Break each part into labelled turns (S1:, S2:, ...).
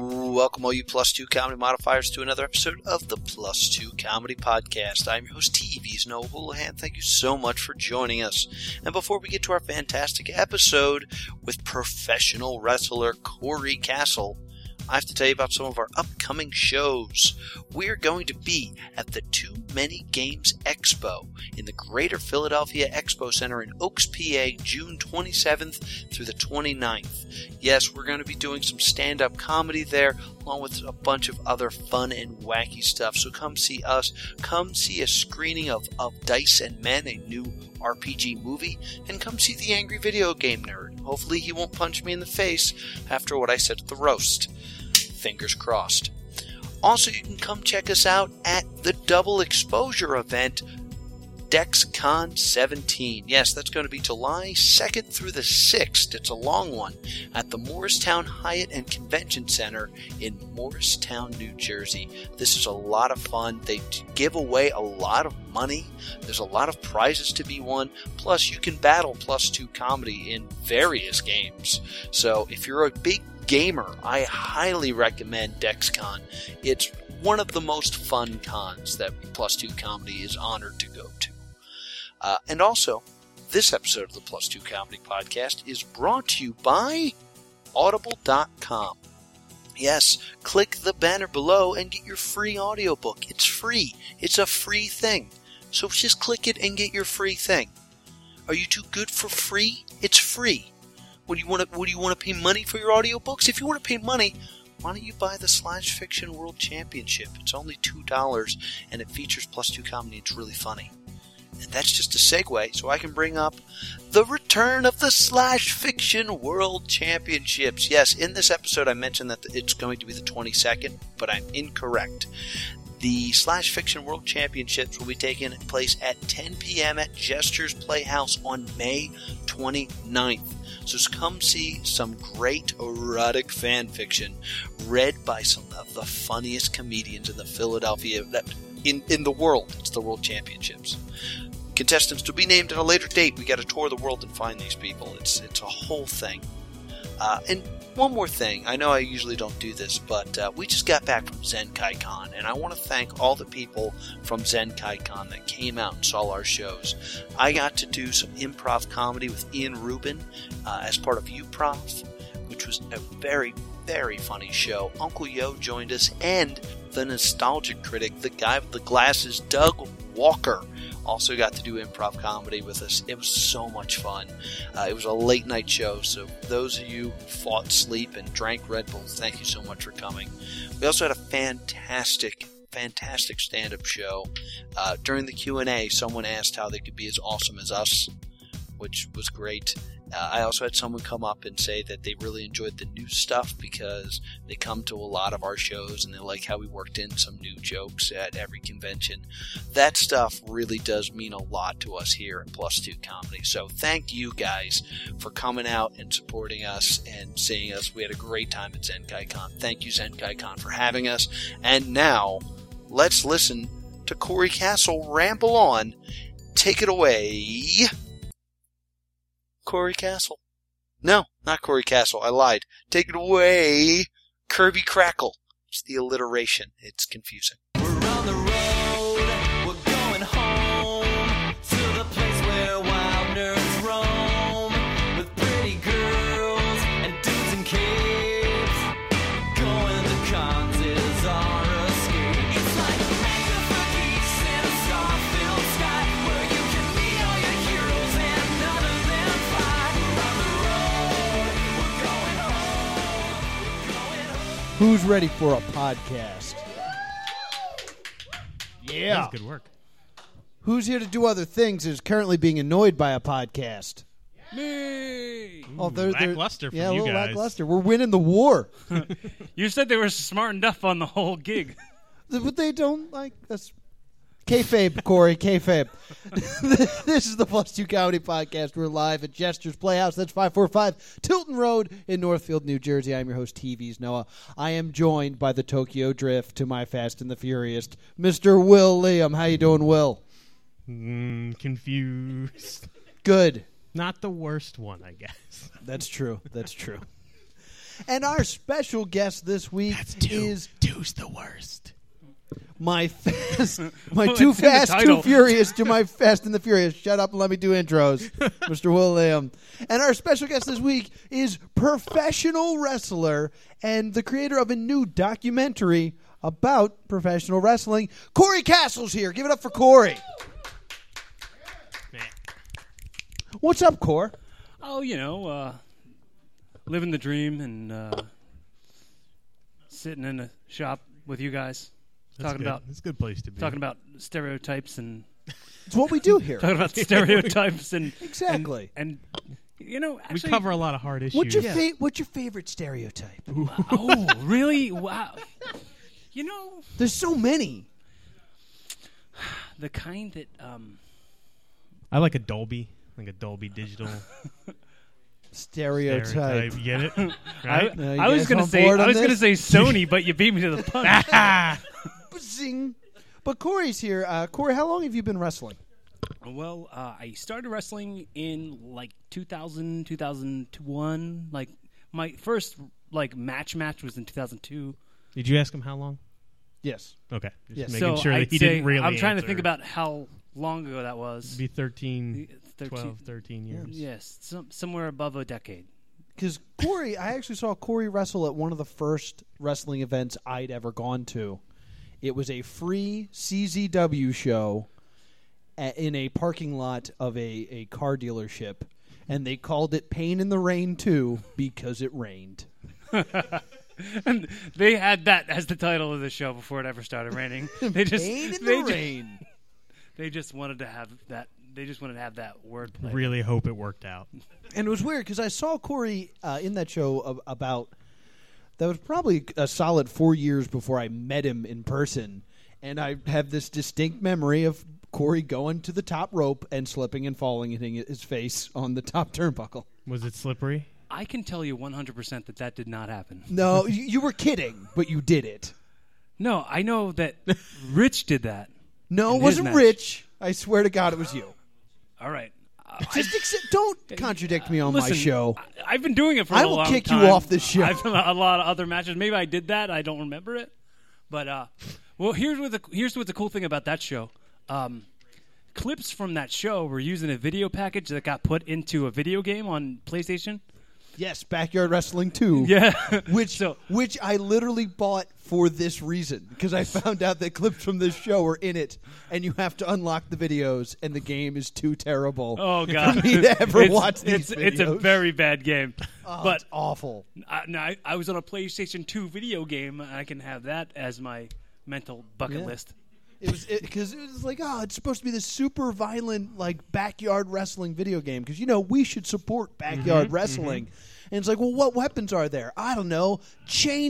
S1: Welcome, all you plus two comedy modifiers, to another episode of the Plus Two Comedy Podcast. I'm your host, TV's Noah Houlihan. Thank you so much for joining us. And before we get to our fantastic episode with professional wrestler Corey Castle, I have to tell you about some of our upcoming shows. We are going to be at the Too Many Games Expo in the Greater Philadelphia Expo Center in Oaks, PA, June 27th through the 29th. Yes, we're going to be doing some stand up comedy there, along with a bunch of other fun and wacky stuff. So come see us. Come see a screening of, of Dice and Men, a new RPG movie, and come see the Angry Video Game Nerd. Hopefully, he won't punch me in the face after what I said at the roast fingers crossed. Also, you can come check us out at the Double Exposure event, DexCon 17. Yes, that's going to be July 2nd through the 6th. It's a long one at the Morristown Hyatt and Convention Center in Morristown, New Jersey. This is a lot of fun. They give away a lot of money. There's a lot of prizes to be won. Plus, you can battle plus two comedy in various games. So, if you're a big gamer, I highly recommend DexCon. It's one of the most fun cons that Plus Two Comedy is honored to go to. Uh, and also, this episode of the Plus Two Comedy Podcast is brought to you by Audible.com. Yes, click the banner below and get your free audiobook. It's free, it's a free thing. So just click it and get your free thing. Are you too good for free? It's free. Would you want to? Would you want to pay money for your audiobooks? If you want to pay money, why don't you buy the Slash Fiction World Championship? It's only two dollars, and it features plus two comedy. It's really funny, and that's just a segue, so I can bring up the return of the Slash Fiction World Championships. Yes, in this episode, I mentioned that it's going to be the twenty second, but I'm incorrect. The Slash Fiction World Championships will be taking place at 10 p.m. at Gestures Playhouse on May 29th. So come see some great erotic fan fiction read by some of the funniest comedians in the Philadelphia in, in the world. It's the World Championships. Contestants to be named at a later date. We got to tour the world and find these people. It's it's a whole thing. Uh, and one more thing, I know I usually don't do this, but uh, we just got back from Zenkai Con, and I want to thank all the people from Zenkai Con that came out and saw our shows. I got to do some improv comedy with Ian Rubin uh, as part of UProv, which was a very, very funny show. Uncle Yo joined us, and the nostalgic critic, the guy with the glasses, Doug Walker, also got to do improv comedy with us. It was so much fun. Uh, it was a late night show, so those of you who fought sleep and drank Red Bulls, thank you so much for coming. We also had a fantastic fantastic stand-up show uh, during the q&a someone asked how they could be as awesome as us which was great uh, I also had someone come up and say that they really enjoyed the new stuff because they come to a lot of our shows and they like how we worked in some new jokes at every convention. That stuff really does mean a lot to us here at Plus Two Comedy. So thank you guys for coming out and supporting us and seeing us. We had a great time at Zenkai Con. Thank you, Zenkai Con, for having us. And now, let's listen to Corey Castle ramble on. Take it away. Corey Castle. No, not Corey Castle. I lied. Take it away, Kirby Crackle. It's the alliteration. It's confusing.
S2: Who's ready for a podcast?
S3: That
S2: Yeah.
S3: was good work.
S2: Who's here to do other things is currently being annoyed by a podcast. Me. Oh, they're, they're
S3: Hmm, lackluster from
S2: yeah, a
S3: you
S2: little
S3: guys.
S2: lackluster. We're winning the war,
S4: You said they were smart enough on the whole gig.
S2: Th- but they don't like us. Kayfabe, Corey. Kayfabe. this is the Plus Two Comedy Podcast. We're live at Jester's Playhouse. That's five four five Tilton Road in Northfield, New Jersey. I'm your host, TV's Noah. I am joined by the Tokyo Drift to my Fast and the Furious, Mr. Will Liam. How you doing, Will?
S3: Mm, confused.
S2: Good.
S3: Not the worst one, I guess.
S2: That's true. That's true. And our special guest this week is
S3: two's the worst.
S2: my fast, my
S4: Well,
S2: too
S4: it's in the
S2: fast, too
S4: title.
S2: furious to my fast and the furious. Shut up and let me do intros, Mr. William. And our special guest this week is professional wrestler and the creator of a new documentary about professional wrestling. Corey Castle's here. Give it up for Corey. What's up, Core?
S4: Oh, you know, uh, living the dream and uh, sitting in a shop with you guys, talking about
S3: it's a good place to be.
S4: talking about stereotypes and
S2: It's what we do here.
S4: talking about stereotypes and
S2: Exactly.
S4: and, and, you know
S3: we
S4: actually,
S3: cover a lot of hard issues.
S2: What's your fa- what's your favorite stereotype?
S4: oh really wow you know
S2: There's so many.
S4: the kind that um
S3: I like Adobe, like Adobe Digital
S2: Stereotype.
S3: stereotype. You Get it?
S4: I,
S3: Right?
S2: Now you
S4: I was
S2: guys
S4: gonna
S2: on
S4: say
S2: board on
S4: I was gonna
S2: this?
S4: say Sony but you beat me to the punch
S3: Ah!
S2: Zing. But Corey's here. Uh, Corey, how long have you been wrestling?
S4: Well, uh, I started wrestling in like 2000, 2001. Like my first like match match was in 2002.
S3: Did you ask him how long?
S2: Yes.
S3: Okay. Just
S2: Yes.
S3: making
S4: so
S3: sure
S4: I'd
S3: that he
S4: say
S3: didn't really.
S4: I'm trying to
S3: answer.
S4: think about how long ago that was.
S3: It'd be 13,
S4: 13
S3: 12, 13 years.
S4: Yes, some, somewhere above a decade.
S2: Because Corey, I actually saw Corey wrestle at one of the first wrestling events I'd ever gone to. It was a free CZW show a- in a parking lot of a, a car dealership, and they called it Pain in the Rain 2 because it rained.
S4: And they had that as the title of the show before it ever started raining. They just
S2: Pain in
S4: they
S2: the
S4: ju-
S2: Rain.
S4: they just wanted to have that. They just wanted to have that wordplay.
S3: Really hope it worked out.
S2: And it was weird because I saw Corey uh, in that show ab- about that was probably a solid four years before I met him in person, and I have this distinct memory of Corey going to the top rope and slipping and falling, hitting his face on the top turnbuckle.
S3: Was it slippery?
S4: I can tell you 100% that that did not happen.
S2: No, you, you were kidding, but you did it.
S4: No, I know that Rich did that.
S2: No, it
S4: his
S2: wasn't
S4: match.
S2: Rich. I swear to God, it was you.
S4: All right. Uh,
S2: Just accept, don't contradict me on
S4: listen,
S2: my show.
S4: I, have been doing it for
S2: I
S4: a
S2: will
S4: long
S2: kick you
S4: time.
S2: off this show.
S4: I've done a lot of other matches. Maybe I did that. I don't remember it. But uh, well, here's what the here's what the cool thing about that show. Um, clips from that show were used in a video package that got put into a video game on PlayStation.
S2: yes, backyard wrestling too.
S4: Yeah.
S2: Which
S4: So-
S2: which I literally bought for this reason because I found out that clips from this show were in it, and you have to unlock the videos, and the game is too terrible.
S4: Oh God!
S2: for me to ever
S4: it's,
S2: watch these
S4: it's, it's a
S2: videos.
S4: very bad game.
S2: Oh,
S4: but
S2: it's awful.
S4: I, no, I, I was on a PlayStation 2 video game. and I can have that as my mental bucket
S2: Yeah.
S4: list.
S2: It was because it, was like, oh, it's supposed to be this super violent, like backyard wrestling video game. Because you know we should support backyard
S3: Mm-hmm.
S2: wrestling. And it's like, well, what weapons are there? I don't know,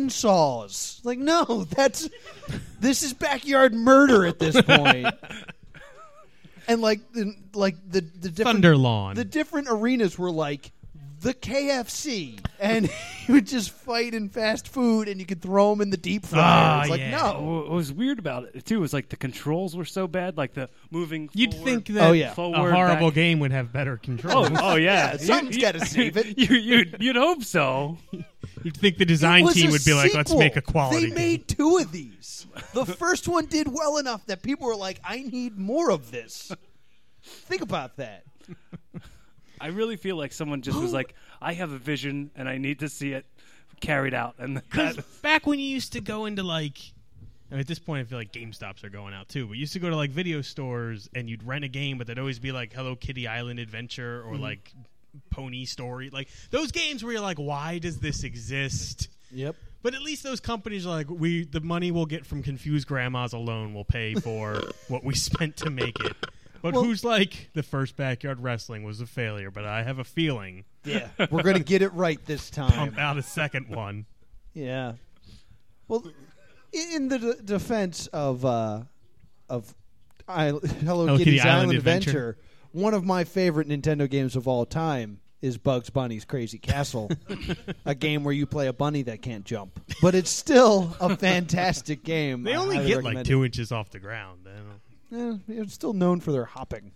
S2: chainsaws. Like, no, that's this is backyard murder at this point. and like, the, like the the different
S3: Thunderlawn.
S2: the different arenas were like the KFC, and you would just fight in fast food, and you could throw them in the deep fryer.
S3: Ah,
S2: it's like,
S3: yeah.
S2: no,
S4: What was weird about it too was like the controls were so bad, like the moving.
S3: You'd
S4: forward-
S3: think that
S2: Oh, yeah.
S4: forward,
S3: a horrible
S4: back-
S3: game would have better control.
S4: Oh, oh yeah,
S2: Yeah, something's
S4: You-
S2: gotta save it.
S4: You, you, you'd hope so.
S3: You'd think the design
S2: was
S3: team
S2: a
S3: would be like, let's
S2: sequel.
S3: make a quality
S2: They made two of these. The first one did well enough that people were like, "I need more of this." Think about that.
S4: I really feel like someone just was like, I have a vision and I need to see it carried out, and
S3: Because
S4: that,
S3: back when you used to go into like, I mean, at this point, I feel like GameStops are going out too. But you used to go to like video stores and you'd rent a game, but there'd always be like Hello Kitty Island Adventure or like Pony Story, like those games where you're like, why does this exist?
S2: Yep.
S3: But at least those companies are like, we the money we'll get from confused grandmas alone will pay for what we spent to make it. But
S2: Well-
S3: who's like the first backyard wrestling was a failure, but I have a feeling
S2: Yeah, we're gonna get it right this time.
S3: pump out a second one.
S2: Yeah. Well, i- in the d- defense of uh, of I- Hello
S3: Hello
S2: Kitty's
S3: Kitty Island
S2: Island Adventure,
S3: Adventure.
S2: one of my favorite Nintendo games of all time is Bugs Bunny's Crazy Castle, a game where you play a bunny that can't jump. But it's still a fantastic game.
S3: They
S2: I
S3: only
S2: highly
S3: get
S2: recommend
S3: like
S2: it.
S3: two inches off the ground. I don't-
S2: Eh, it's still known for their hopping.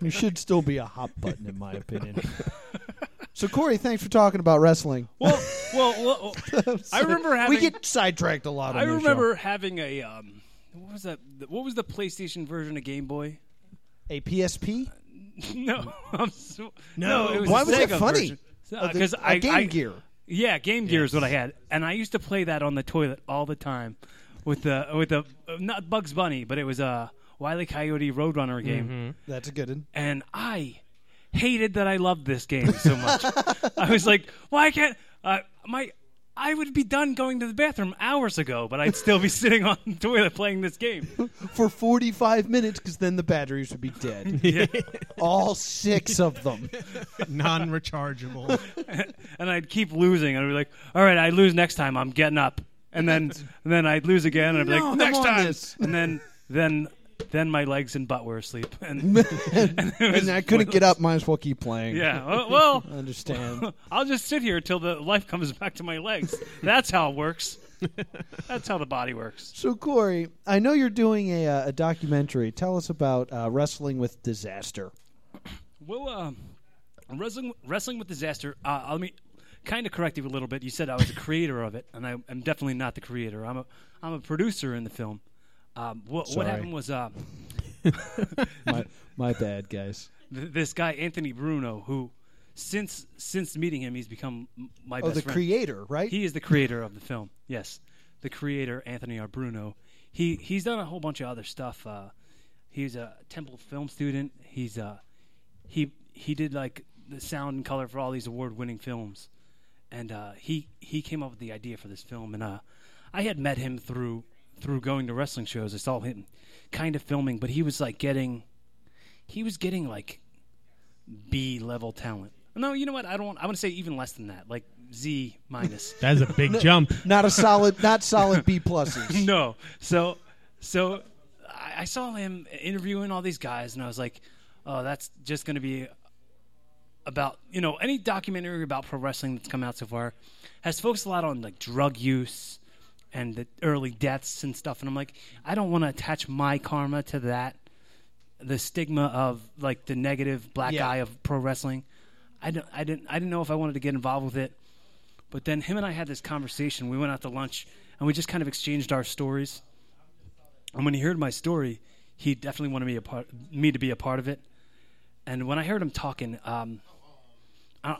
S2: there should still be a hop button, in my opinion. So, Corey, thanks for talking about wrestling.
S4: well, Well, well, well, I remember having.
S2: we get sidetracked a lot. On
S4: I
S2: this
S4: remember having a. Um, what was that? What was the PlayStation version of Game Boy?
S2: show. a PSP.
S4: No, I'm so,
S3: No,
S4: it was
S2: Why
S4: a
S2: was
S4: Sega
S2: that funny?
S4: version.
S2: Uh,
S4: Uh,
S2: the-
S4: 'cause
S2: a
S4: I-
S2: Game
S4: I-
S2: Gear.
S4: Yeah, Game Gear is what I had, and I used to play that on the toilet all the time with the with the uh, not Bugs Bunny, but it was a Wile E. Coyote Roadrunner game,
S2: That's a good one.
S4: and I hated that I loved this game so much. I was like, why can't uh, my I would be done going to the bathroom hours ago, but I'd still be sitting on the toilet playing this game.
S2: for 45 minutes because then the batteries would be dead. All six of them.
S3: non-rechargeable.
S4: and I'd keep losing. I'd be like, "All right, I lose next time. I'm getting up." And then and then I'd lose again. And I'd be
S2: No,
S4: like,
S2: I'm
S4: "Next
S2: on
S4: time."
S2: this.
S4: And then then then my legs and butt were asleep. And, and, it was
S2: And I couldn't get up, might as well keep playing.
S4: Yeah. Well, well,
S2: I understand.
S4: I'll just sit here till the life comes back to my legs. That's how it works. That's how the body works.
S2: so, Corey, I know you're doing a, uh, a documentary. Tell us about uh, Wrestling with Disaster.
S4: Well, um, wrestling wrestling with disaster. Uh, let me kind of correct you a little bit. You said I was a creator of it, and I am definitely not the creator. I'm a I'm a producer in the film. Um, what, what
S2: Sorry.
S4: happened was uh,
S2: My, my bad, guys.
S4: th- this guy Anthony Bruno, who since since meeting him, he's become m- my
S2: Oh,
S4: best
S2: the
S4: friend.
S2: creator, right?
S4: he is the creator of the film. Yes, the creator Anthony R. Bruno. He he's done a whole bunch of other stuff. Uh, he's a Temple film student. He's uh, he he did like the sound and color for all these award-winning films, and uh, he he came up with the idea for this film. And uh, I had met him through through going to wrestling shows. I saw him kind of filming, but he was like getting he was getting like B level talent. No, you know what? I don't. I want to say even less than that, like Z minus.
S3: That's a big jump.
S2: not a solid, not solid B pluses.
S4: no. So, so I, I saw him interviewing all these guys, and I was like, "Oh, that's just going to be about you know any documentary about pro wrestling that's come out so far has focused a lot on like drug use and the early deaths and stuff." And I'm like, I don't want to attach my karma to that, the stigma of like the negative black
S2: Yeah.
S4: eye of pro wrestling. I don't, I didn't, I didn't know if I wanted to get involved with it. But then him and I had this conversation. We went out to lunch and we just kind of exchanged our stories. And when he heard my story, he definitely wanted me a part, me to be a part of it. And when I heard him talking, um, I,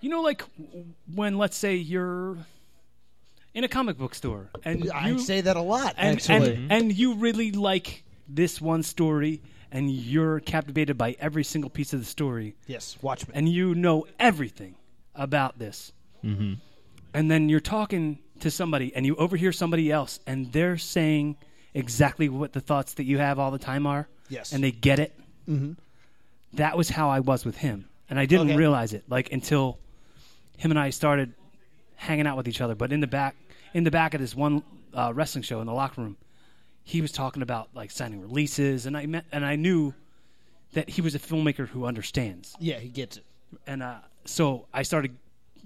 S4: you know, like w- when let's say you're in a comic book store and you,
S2: I say that a lot,
S4: and,
S2: actually.
S4: And, and you really like this one story and you're captivated by every single piece of the story
S2: yes, Watchmen.
S4: and you know everything about this.
S2: Mm-hmm.
S4: And then you're talking to somebody and you overhear somebody else and they're saying exactly what the thoughts that you have all the time are.
S2: Yes.
S4: And they get it. Mm-hmm. That was how I was with him. And I didn't
S2: Okay.
S4: realize it like until him and I started hanging out with each other. But in the back, in the back of this one uh, wrestling show in the locker room, he was talking about like signing releases, and I met, and I knew that he was a filmmaker who understands
S2: yeah, he gets it.
S4: and uh, so I started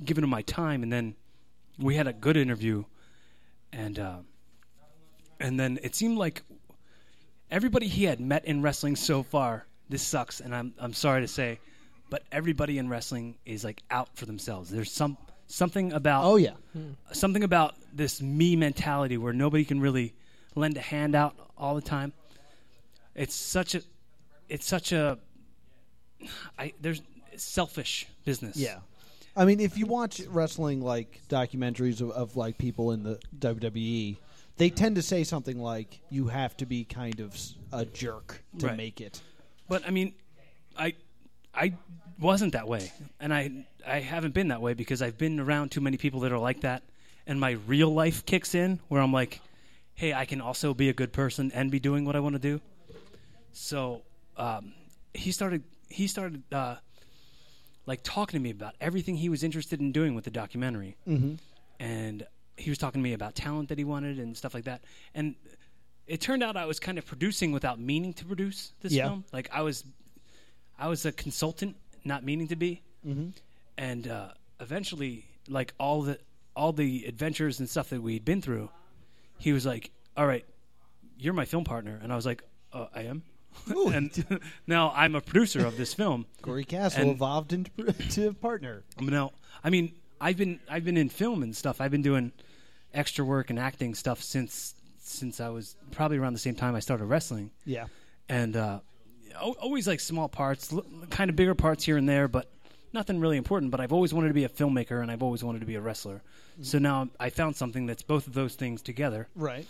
S4: giving him my time, and then we had a good interview, and uh, and then it seemed like everybody he had met in wrestling so far. This sucks, and I'm I'm sorry to say, but everybody in wrestling is like out for themselves. There's some something about
S2: Oh yeah,
S4: something about this me mentality where nobody can really lend a hand out all the time. It's such a, it's such a, I there's selfish business.
S2: Yeah. I mean, if you watch wrestling like documentaries of, of like people in the WWE, they tend to say something like you have to be kind of s- a jerk to
S4: Right.
S2: make it.
S4: But I mean, I, I wasn't that way, and I I haven't been that way because I've been around too many people that are like that, and my real life kicks in where I'm like, hey, I can also be a good person and be doing what I want to do. So um, he started he started uh, like talking to me about everything he was interested in doing with the documentary, mm-hmm. and he was talking to me about talent that he wanted and stuff like that, and. It turned out I was kind of producing without meaning to produce this
S2: Yeah.
S4: film. Like I was I was a consultant, not meaning to be, and uh, eventually, like all the all the adventures and stuff that we'd been through, he was like, "All right, you're my film partner," and I was like, uh, "I am," and now I'm a producer of this film.
S2: Corey Castle
S4: And-
S2: evolved into, to partner.
S4: Now, I mean, I've been I've been in film and stuff. I've been doing extra work and acting stuff since since I was probably around the same time I started wrestling,
S2: Yeah.
S4: and uh, al- always like small parts, l- kind of bigger parts here and there, but nothing really important. But I've always wanted to be a filmmaker, and I've always wanted to be a wrestler.
S2: Mm-hmm.
S4: So now I found something that's both of those things together
S2: Right.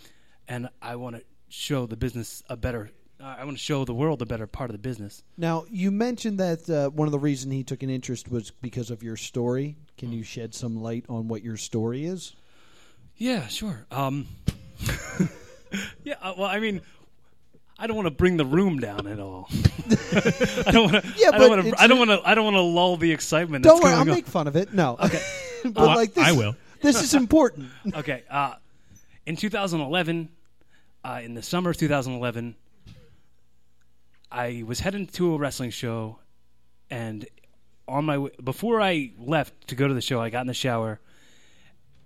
S4: and I want to show the business a better. I want to show the world a better part of the business.
S2: Now you mentioned that uh, one of the reasons he took an interest was because of your story. Can you shed some light on what your story is?
S4: Yeah, sure. Um, yeah, uh, well, I mean, I don't want to bring the room down at all. I don't want to.
S2: Yeah,
S4: I don't
S2: but
S4: want
S2: it's-
S4: to. I don't want to. I don't want to lull the excitement.
S2: Don't
S4: that's
S2: worry, I'll
S4: going on.
S2: make fun of it. No. Okay. but
S3: Well, I-
S2: like this,
S3: I will.
S2: This is important.
S4: okay. Uh, in 2011, uh, in the summer of 2011, I was heading to a wrestling show, and on my w- before I left to go to the show, I got in the shower,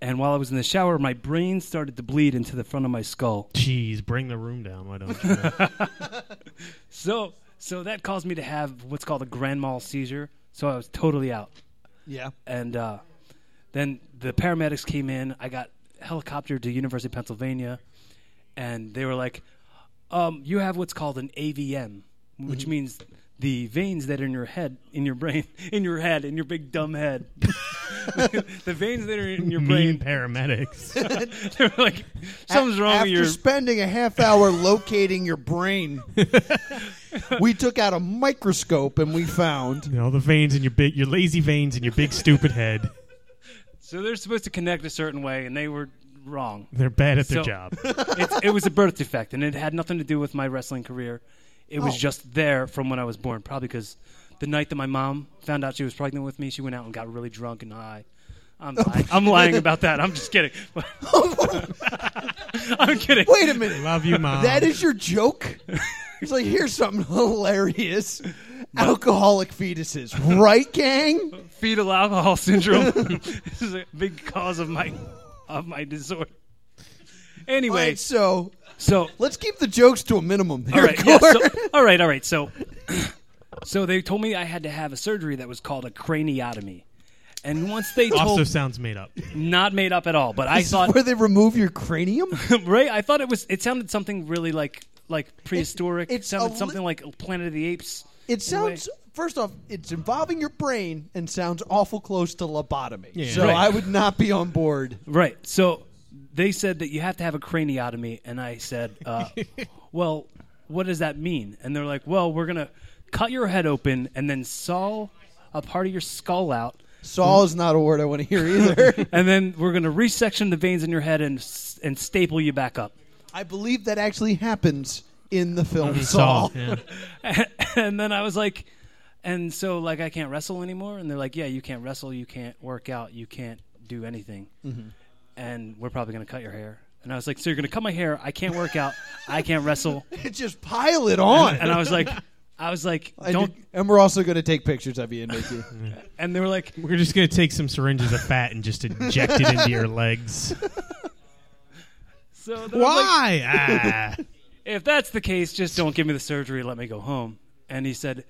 S4: and while I was in the shower, my brain started to bleed into the front of my skull.
S3: Jeez, bring the room down. Why don't you?
S4: So, so that caused me to have what's called a grand mal seizure. So I was totally out.
S2: yeah.
S4: and uh, then the paramedics came in. I got helicoptered to University of Pennsylvania, and they were like, um, "You have what's called an AVM, which means the veins that are in your head, in your brain, in your head, in your big dumb head, the veins that are in your
S3: mean
S4: brain."
S3: paramedics.
S4: They were like, "Something's wrong
S2: After
S4: with your."
S2: spending a half hour locating your brain, we took out a microscope and we found.
S3: you know the veins in your big, your lazy veins in your big stupid head.
S4: so they're supposed to connect a certain way, and they were wrong.
S3: They're bad at their
S4: So-
S3: job.
S4: It's it was a birth defect, and it had nothing to do with my wrestling career. It was
S2: Oh.
S4: just there from when I was born, probably because the night that my mom found out she was pregnant with me, she went out and got really drunk and high. I'm
S2: Oh.
S4: lying. I'm lying about that. I'm just kidding. I'm kidding.
S2: Wait a minute.
S3: Love you, mom.
S2: That is your joke? It's like, here's something hilarious. Alcoholic fetuses. Right, gang?
S4: Fetal alcohol syndrome. this is a big cause of my of my disorder.
S2: All
S4: Anyway,
S2: right, so
S4: so
S2: let's keep the jokes to a minimum
S4: all
S2: here,
S4: right, yeah,
S2: Cor.
S4: so, all right, all right. So, so they told me I had to have a surgery that was called a craniotomy, and once they told,
S3: also sounds made up.
S4: not made up at all, but I thought,
S2: Where they remove your cranium?
S4: right? I thought it was. It sounded something really like like prehistoric. It,
S2: it's a
S4: sounded
S2: li-
S4: something like Planet of the Apes.
S2: It sounds. First off, it's involving your brain and sounds awful close to lobotomy. so
S4: Right.
S2: I would not be on board.
S4: Right. So they said that you have to have a craniotomy, and I said, uh, "Well, what does that mean?" And they're like, "Well, we're gonna cut your head open and then saw a part of your skull out."
S2: Saul is not a word I want to hear either.
S4: and then we're going to resection the veins in your head and s- and staple you back up.
S2: I believe that actually happens in the
S4: Mm-hmm.
S2: film Saul.
S3: Saul. Yeah.
S4: and then I was like, and so like I can't wrestle anymore. And they're like, yeah, you can't wrestle, you can't work out, you can't do anything, and we're probably going to cut your hair. And I was like, so you're going to cut my hair? I can't work out, I can't wrestle.
S2: Just pile it on.
S4: And I was like, I was like,
S2: And
S4: don't.
S2: you- and we're also going to take pictures of you and make you.
S4: And they were like,
S3: We're just gonna take some syringes of fat and just inject it into your legs.
S4: so then I was like,
S3: Why? ah.
S4: if that's the case, just don't give me the surgery. Let me go home. And he said,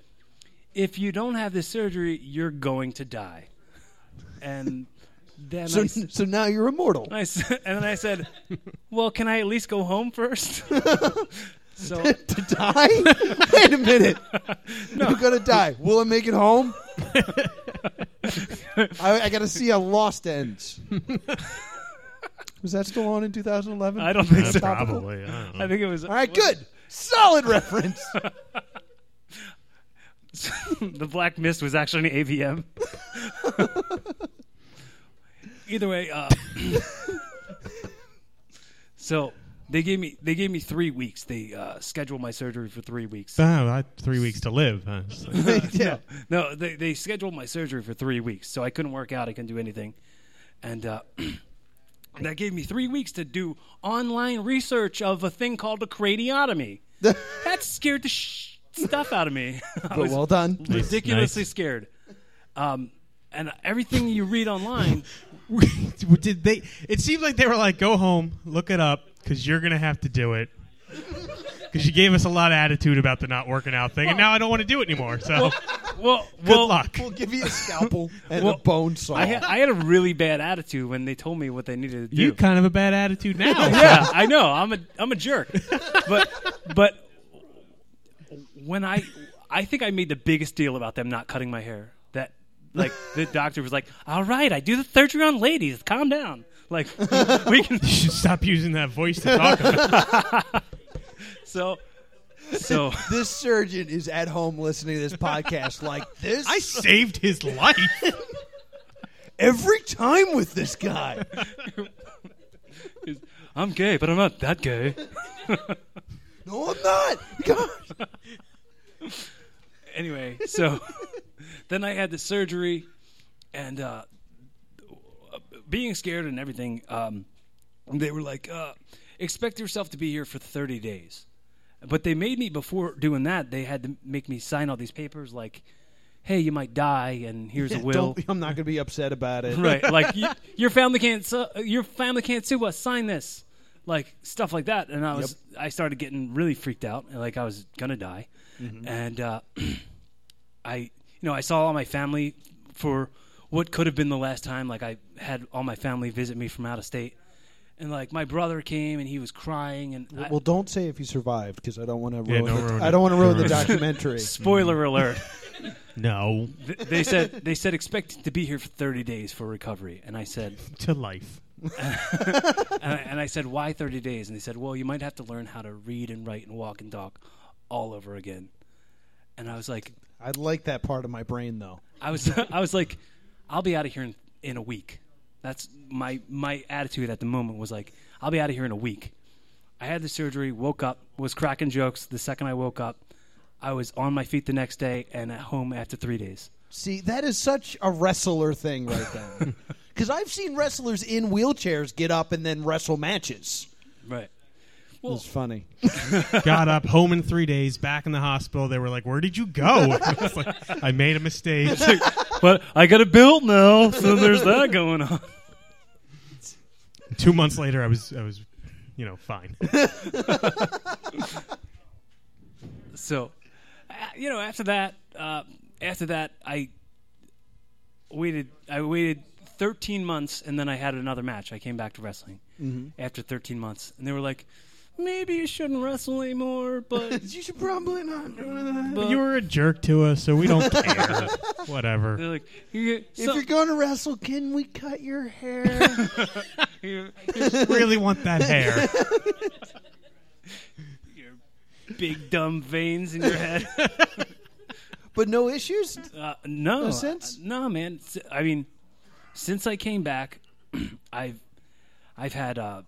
S4: if you don't have this surgery, you're going to die. And then I,
S2: So,
S4: s-
S2: so now you're immortal.
S4: I s- and then I said, well, can I at least go home first? so
S2: to die? Wait a minute. You're going to die. Will I make it home? I, I got to see how Lost ends. Was that still on in 2011?
S4: I don't think
S3: Uh,
S4: so.
S3: probably. I don't know.
S4: I think it was
S2: All right, good. Solid reference.
S4: the black mist was actually an AVM. Either way, uh, so they gave me they gave me three weeks. They uh, scheduled my surgery for three weeks.
S3: Oh, I had three weeks to live. Huh? It's like-
S2: yeah.
S4: No, they they scheduled my surgery for three weeks, so I couldn't work out. I couldn't do anything, and uh, that gave me three weeks to do online research of a thing called a craniotomy. that scared the sh- stuff out of me. I
S2: But
S4: was-
S2: well done.
S4: ridiculously
S3: Nice.
S4: scared. Um, and everything you read online,
S3: Did they? It seemed like they were like, "Go home, look it up, because you're gonna have to do it." because you gave us a lot of attitude about the not working out thing, and now I don't want to do it anymore. So
S4: Well,
S3: good
S4: well,
S3: luck.
S2: We'll give you a scalpel and
S4: Well,
S2: a bone saw.
S4: I had, I had a really bad attitude when they told me what they needed to do.
S3: You kind of a bad attitude now.
S4: yeah, I know. I'm a I'm a jerk. But but when I I think I made the biggest deal about them not cutting my hair. That like the doctor was like, "All right, I do the surgery on ladies. Calm down." Like we can
S3: You should stop using that voice to talk about.
S4: so so
S2: this surgeon is at home listening to this podcast like this.
S3: I saved his life.
S2: every time with this guy.
S4: I'm gay, but I'm not that gay.
S2: no, I'm not. God.
S4: anyway, so then I had the surgery, and uh, being scared and everything, um, they were like, uh, expect yourself to be here for 30 days. But they made me, before doing that, they had to make me sign all these papers like, hey, you might die, and here's a will.
S2: Don't- I'm not going to be upset about it.
S4: right. Like, y your family can't su- your family can't sue us. Sign this. Like stuff like that, and I was I started getting really freaked out, and like I was gonna die, and uh, I you know I saw all my family for what could have been the last time. Like I had all my family visit me from out of state, and like my brother came and he was crying, and I-
S2: Well, don't say if he survived because I don't want to
S3: Yeah,
S2: ruin.
S3: don't
S2: the,
S3: ruin
S2: I
S3: it.
S2: don't want to ruin the
S3: Don't ruin it.
S2: documentary.
S4: spoiler alert.
S3: No,
S4: Th- they said they said expect to be here for 30 days for recovery, and I said
S3: to life.
S4: and, I, and I said, "Why 30 days?" And they said, "Well, you might have to learn how to read and write and walk and talk all over again." And I was like,
S2: I like that part of my brain though.
S4: "I was, I was like, I'll be out of here in, in a week." That's my my attitude at the moment was like, "I'll be out of here in a week." I had the surgery, woke up, was cracking jokes. The second I woke up, I was on my feet the next day and at home after three days.
S2: See, that is such a wrestler thing right there. Because I've seen wrestlers in wheelchairs get up and then wrestle matches.
S4: Right.
S2: It's funny.
S3: Got up, home in three days, back in the hospital. They were like, "Where did you go?" I, was like, I made a mistake.
S4: But I got a built now, so there's that going on.
S3: Two months later, I was, I was, you know, fine.
S4: so uh, you know after that uh, after that i waited i waited 13 months and then i had another match i came back to wrestling after 13 months and they were like maybe you shouldn't wrestle anymore but
S2: You should probably not.
S4: But-
S3: you were a jerk to us, so we don't care. Whatever.
S4: they're like you get
S2: If
S4: some-
S2: you're going to wrestle, can we cut your hair?
S4: your,
S3: Really want that hair.
S4: big dumb veins in your head
S2: but no issues.
S4: uh, no
S2: No sense?
S4: uh, no man S- i mean since i came back i've i've had uh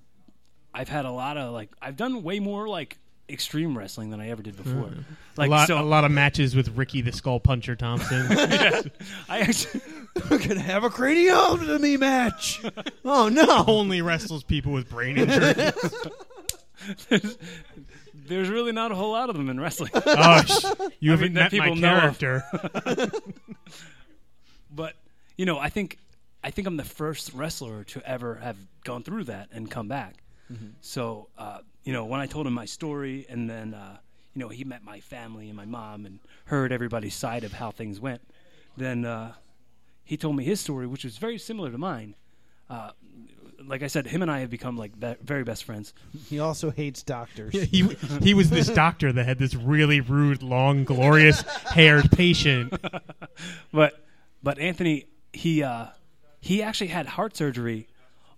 S4: i've had a lot of like i've done way more like extreme wrestling than i ever did before like
S3: Mm. a lot,
S4: so
S3: a lot of matches with Ricky the Skull Puncher Thompson.
S4: i actually
S2: We're gonna have a craniotomy match. Oh no!
S3: Only wrestles people with brain injuries.
S4: there's really not a whole lot of them in wrestling
S3: oh, sh- you
S4: mean,
S3: haven't
S4: that
S3: met my
S4: people know of.
S3: character.
S4: but you know i think i think i'm the first wrestler to ever have gone through that and come back so uh, you know when i told him my story and then uh, you know he met my family and my mom and heard everybody's side of how things went then uh, he told me his story which was very similar to mine uh, like i said him and i have become like ve- very best friends
S2: He also hates doctors.
S3: he he was this doctor that had this really rude, long, glorious haired patient.
S4: but but Anthony he uh he actually had heart surgery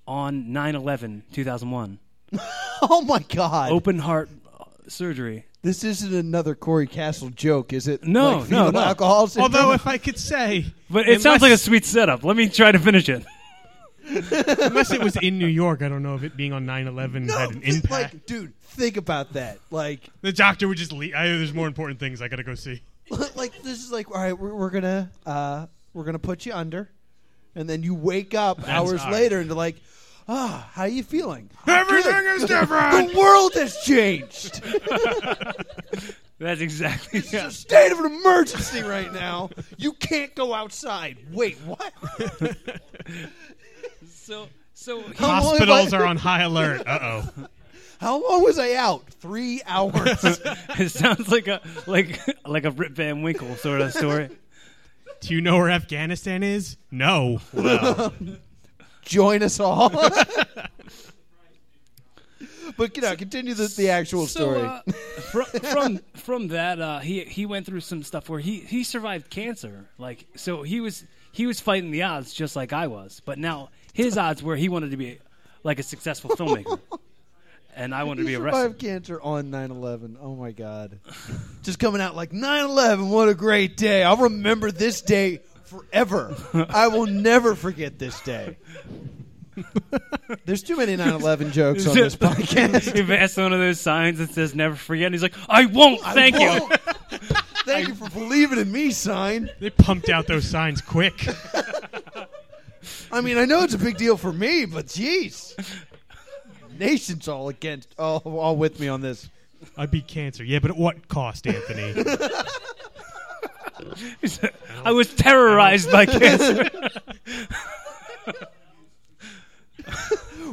S4: on 9/11 2001
S2: Oh my god!
S4: open heart uh, surgery
S2: This isn't another Corey Castle joke, is it?
S4: No,
S2: Like
S4: no,
S2: fetal
S4: no.
S2: Alcohol syndrome?
S3: Although, if I could say,
S4: but it sounds like a
S3: unless-
S4: sweet setup let me try to finish it
S3: unless it was in New York, I don't know if it being on 9/11
S2: no,
S3: had an
S2: just,
S3: impact.
S2: like, dude, think about that. Like,
S3: the doctor would just leave. I, there's more important things I gotta go see.
S2: like this is like, all right, we're, we're gonna uh, we're gonna put you under, and then you wake up hours
S3: all right.
S2: later and they're like, ah, how you feeling?
S3: Everything is different.
S2: The world has changed.
S4: that's exactly
S2: It's a state of an emergency right now. You can't go outside. Wait, what?
S4: so so
S2: I'm only
S3: Hospitals
S2: like-
S3: are on high alert. Uh oh.
S2: How long was I out? Three hours.
S4: it sounds like a like like a Rip Van Winkle sort of story.
S3: Do you know where Afghanistan is? No. Well,
S2: Join us all. but you know, continue the, the actual story.
S4: So, uh, from, from from that, uh, he he went through some stuff where he he survived cancer. Like so, he was he was fighting the odds just like I was. But now his odds were he wanted to be like a successful filmmaker, and I wanted
S2: He
S4: to be a wrestler.
S2: survived cancer on 9/11. Oh my god! Just coming out like 9/11. What a great day! I'll remember this day forever. I will never forget this day. There's too many 9/11 jokes on this podcast.
S4: He passed one of those signs that says "Never Forget." And he's like, "I won't." Thank you.
S2: Whoa. Thank you for believing in me, sign.
S3: they pumped out those signs quick.
S2: I mean, I know it's a big deal for me, but jeez, nation's all against, all, all with me on this.
S3: I beat cancer. Yeah, but at what cost, Anthony?
S4: I was terrorized by cancer.